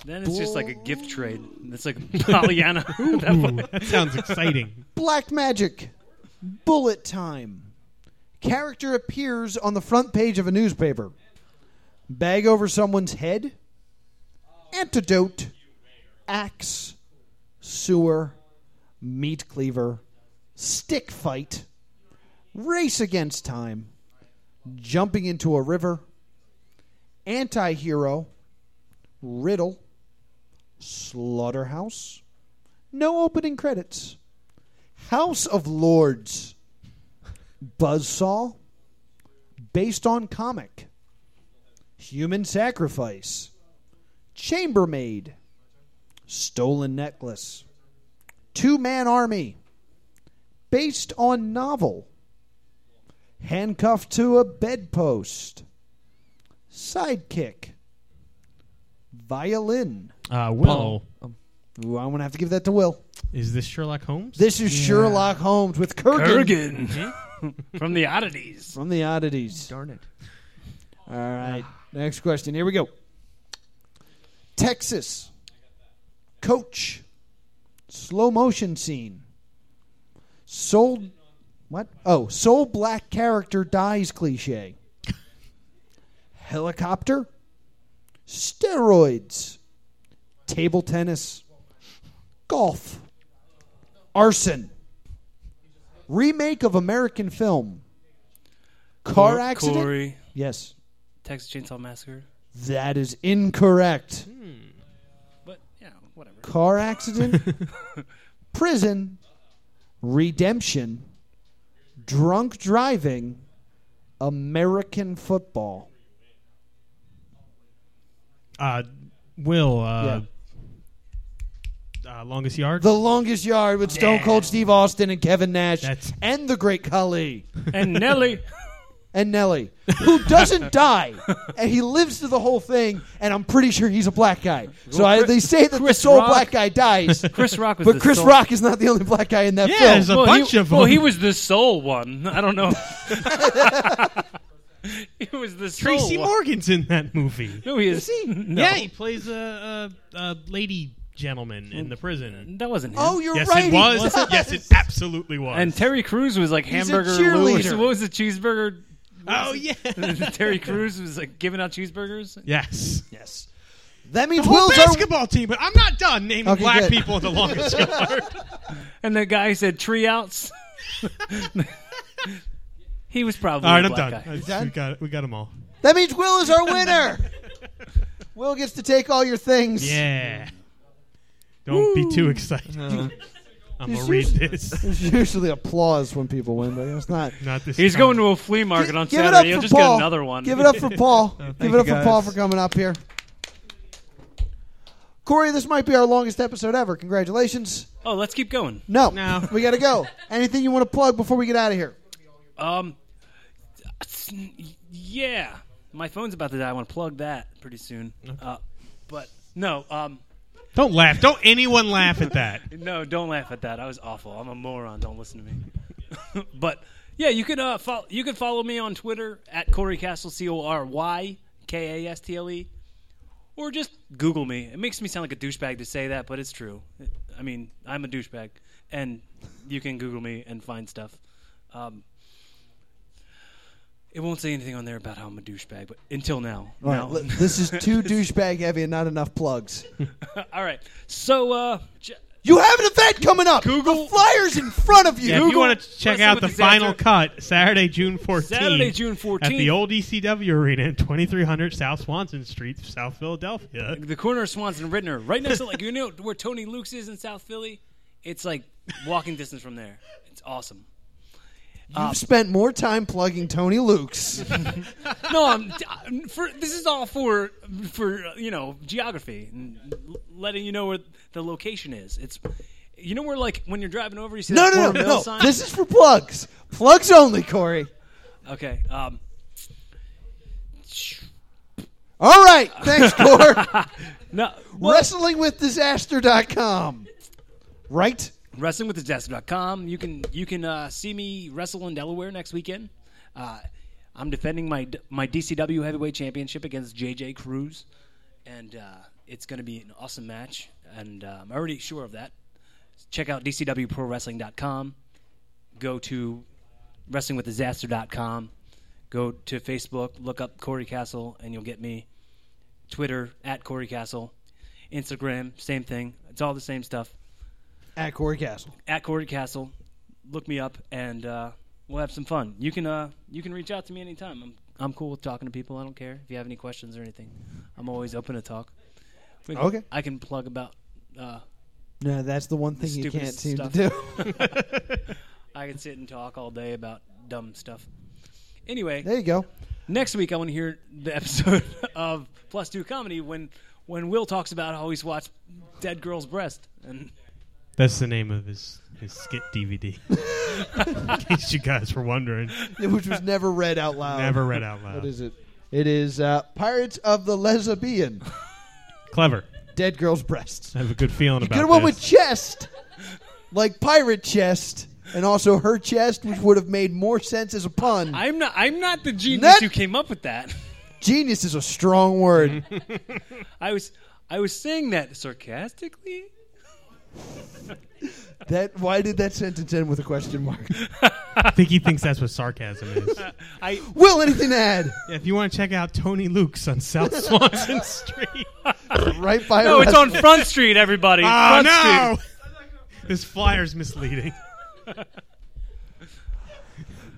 S4: Then it's just like a gift trade. It's like Pollyanna. That
S3: Ooh,
S4: way.
S3: that sounds exciting.
S2: Black magic. Bullet time. Character appears on the front page of a newspaper. Bag over someone's head. Antidote. Axe. Sewer. Meat cleaver. Stick fight. Race against time. Jumping into a river. Anti hero. Riddle. Slaughterhouse. No opening credits. House of Lords, Buzzsaw, based on comic, Human Sacrifice, Chambermaid, Stolen Necklace, Two Man Army, based on novel, Handcuffed to a Bedpost, Sidekick, Violin.
S3: Uh, Will,
S2: Ooh, I'm going to have to give that to Will.
S3: is this Sherlock Holmes?
S2: This is Sherlock Holmes with Kurgan,
S4: Kurgan Hmm? from the Oddities.
S2: from the Oddities.
S5: Darn it.
S2: All right. Next question. Here we go. Texas. Coach. Slow motion scene. Soul. What? Oh, soul black character dies cliche. Helicopter. Steroids. Table tennis. Golf. Arson. Remake of American film. Car accident.
S4: Corey,
S2: Yes.
S4: Texas Chainsaw Massacre.
S2: That is incorrect.
S4: But yeah, whatever.
S2: Car accident, prison, redemption, drunk driving, American football.
S3: Uh, Will, uh, uh, Longest Yard?
S2: The longest yard with Stone Cold Steve Austin and Kevin Nash
S3: That's-
S2: and the great Khali
S4: And Nelly.
S2: and Nelly, who doesn't die. And he lives through the whole thing, and I'm pretty sure he's a black guy. So I, they say that the sole
S4: Rock-
S2: black guy dies,
S4: Chris Rock was
S2: but
S4: the
S2: Chris
S4: soul.
S2: Rock is not the only black guy in that
S3: Yeah,
S2: film.
S3: there's a
S4: well,
S3: bunch
S4: he,
S3: of
S4: Well,
S3: them.
S4: he was the soul one. I don't know. he was the soul
S3: Tracy
S4: one.
S3: Morgan's in that movie.
S4: No, he is.
S2: Is he?
S4: No.
S3: Yeah, he plays a, a, a lady gentleman in the prison.
S4: That wasn't him.
S2: Oh, you're
S3: Yes,
S2: right.
S3: it
S2: he
S3: was. Yes, it absolutely was.
S4: and Terry Crews was like
S2: He's a
S4: hamburger Lou.
S2: cheerleader.
S4: What was the cheeseburger?
S3: oh yeah.
S4: Terry Crews was like giving out cheeseburgers.
S3: yes.
S2: Yes. That means
S3: Whole
S2: Will's our,
S3: basketball team, but I'm not done naming
S2: Okay,
S3: black
S2: good.
S3: people in the longest yard.
S4: And the guy said tree outs. he was probably
S3: All right,
S4: a
S3: I'm
S4: black
S3: done.
S4: guy.
S3: I-
S2: done?
S3: We got it. We got them all.
S2: that means Will is our winner. Will gets to take all your things.
S3: Yeah. Don't be too excited.
S5: Uh-huh.
S3: I'm gonna read this.
S2: There's usually applause when people win, but it's not.
S3: Not this.
S4: He's
S3: time.
S4: going to a flea market on
S2: Give it up
S4: Saturday. He'll
S2: for
S4: just
S2: Paul.
S4: get another one.
S2: Give it up for Paul. Give
S5: thank
S2: it up
S5: you,
S2: for Paul
S5: guys.
S2: for coming up here. Corey, this might be our longest episode ever. Congratulations.
S4: Oh, let's keep going.
S2: No,
S3: No.
S2: we got to go. Anything you want to plug before we get out of here?
S4: Um, s- yeah, my phone's about to die. I want to plug that pretty soon. Uh, but no, um,
S3: Don't laugh. Don't anyone laugh at that.
S4: no, don't laugh at that. I was awful. I'm a moron. Don't listen to me. but yeah, you can uh, follow, you can follow me on Twitter at Corey Castle C O R Y K A S T L E, or just Google me. It makes me sound like a douchebag to say that, but it's true. I mean, I'm a douchebag, and you can Google me and find stuff. Um, it won't say anything on there about how I'm a douchebag, but until now,
S2: All right,
S4: no.
S2: li- this is too douchebag heavy and not enough plugs.
S4: All right, so uh, j-
S2: You have an event coming up.
S4: Google-
S2: the flyers in front of you.
S3: Yeah, if you
S4: Google-
S3: want to check
S4: Wrestling
S3: out
S4: with
S3: the
S4: Disaster.
S3: final cut, Saturday, June 14th.
S4: Saturday, June 14th.
S3: At the old ECW Arena at 2300 South Swanson Street, South Philadelphia.
S4: the corner of Swanson and Rittner, right next to like you know where Tony Luke's is in South Philly. It's like walking distance from there. It's awesome. Um,
S2: You've spent more time plugging Tony Luke's.
S4: no, I'm, I'm- for, this is all for for uh, you know geography and l- letting you know where the location is. It's you know where like when you're driving over, you see
S2: No,
S4: that
S2: no,
S4: Porter
S2: no,
S4: Mill
S2: no.
S4: sign?
S2: This is for plugs. Plugs only, Corey.
S4: okay. Um,
S2: All right. Thanks, Corey.
S4: no, well,
S2: WrestlingWithDisaster.com. Right?
S4: wrestlingwiththedesk.com. You can you can uh, see me wrestle in Delaware next weekend. Uh, I'm defending my my DCW Heavyweight Championship against JJ Cruz, and uh, it's going to be an awesome match. And uh, I'm already sure of that. Check out DCWProWrestling.com. Go to WrestlingWithDisaster.com. Go to Facebook. Look up Corey Castle, and you'll get me. Twitter at Corey Castle, Instagram same thing. It's all the same stuff
S2: At Corey Castle.
S4: at Corey Castle. Look me up, and uh, we'll have some fun. You can uh, you can reach out to me anytime. I'm I'm cool with talking to people. I don't care if you have any questions or anything. I'm always open to talk. We can-
S2: Okay.
S4: I can plug about. Uh,
S2: No, that's the one thing you
S4: Stupid
S2: can't seem
S4: stuff.
S2: to do.
S4: I can sit and talk all day about dumb stuff. Anyway,
S2: There you go.
S4: next week I want to hear the episode of Plus Two Comedy when when Will talks about how he's watched Dead Girl's Breast and.
S3: That's the name of his his skit DVD. In case you guys were wondering,
S2: Which was never read out
S4: Um,
S2: loud.
S3: never read out loud.
S2: What is it? It is uh, Pirates of the Lesbian,
S3: Clever.
S2: Dead Girl's Breasts.
S3: I have a good feeling about
S2: Good one
S3: this.
S2: with chest, like pirate chest, and also her chest, which would have made more sense as a pun.
S4: I'm not. I'm not the genius
S2: Next-
S4: who came up with that.
S2: Genius is a strong word.
S4: I was. I was saying that sarcastically.
S2: that why did that sentence end with a question mark?
S3: I think he thinks that's what sarcasm is.
S4: I
S2: Will anything to add?
S3: if you want to check out Tony Luke's on South Swanson Street,
S2: Right by
S4: no,
S2: a
S4: Oh, it's on Front Street, everybody.
S3: oh
S4: Front
S3: no,
S4: Street.
S3: this flyer's misleading.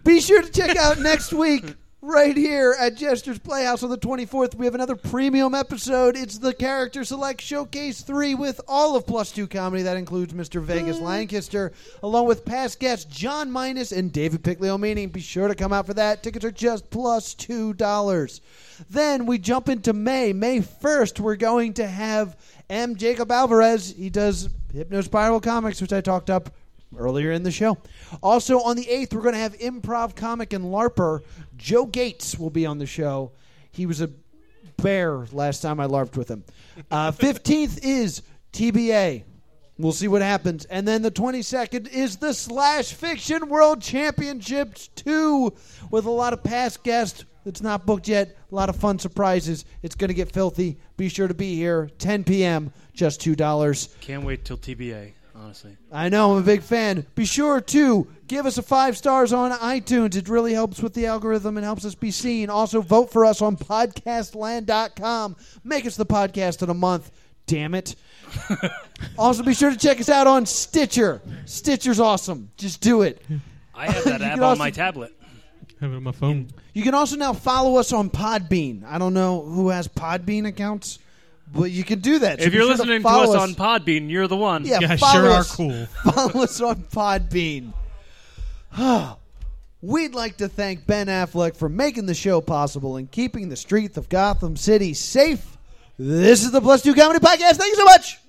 S2: Be sure to check out next week right here at Jester's Playhouse on the 24th. We have another premium episode. It's the Character Select Showcase 3 with all of Plus 2 Comedy. That includes Mr. Vegas Lancaster, along with past guests John Minus and David Picklio Meaning. Be sure to come out for that. Tickets are just plus $2. Then we jump into May. May 1st, we're going to have M. Jacob Alvarez. He does Hypnospiral Comics, which I talked up earlier in the show. Also on the 8th, we're going to have improv comic and LARPer Joe Gates will be on the show. He was a bear last time I LARPed with him. Uh, 15th is TBA. We'll see what happens. And then the 22nd is the Slash Fiction World Championships 2 with a lot of past guests. It's not booked yet. A lot of fun surprises. It's going to get filthy. Be sure to be here. 10 p.m. Just $2.
S4: Can't wait till TBA. Honestly,
S2: I know, I'm a big fan. Be sure to give us a five stars on iTunes. It really helps with the algorithm and helps us be seen. Also, vote for us on podcastland.com. Make us the podcast in a month. Damn it. also, be sure to check us out on Stitcher. Stitcher's awesome. Just do it.
S4: I have that
S2: You
S4: app
S2: can
S4: on
S2: also-
S4: my tablet.
S3: have it on my phone.
S2: You can also now follow us on Podbean. I don't know who has Podbean accounts, but you can do that. So
S4: If
S2: be
S4: you're
S2: sure to
S4: listening to us,
S2: follow
S4: on Podbean, you're the one.
S2: yeah,
S3: Yeah,
S2: follow
S3: sure are
S2: us.
S3: cool.
S2: follow us on Podbean. We'd like to thank Ben Affleck for making the show possible and keeping the streets of Gotham City safe. This is the Plus Two Comedy Podcast. Thank you so much.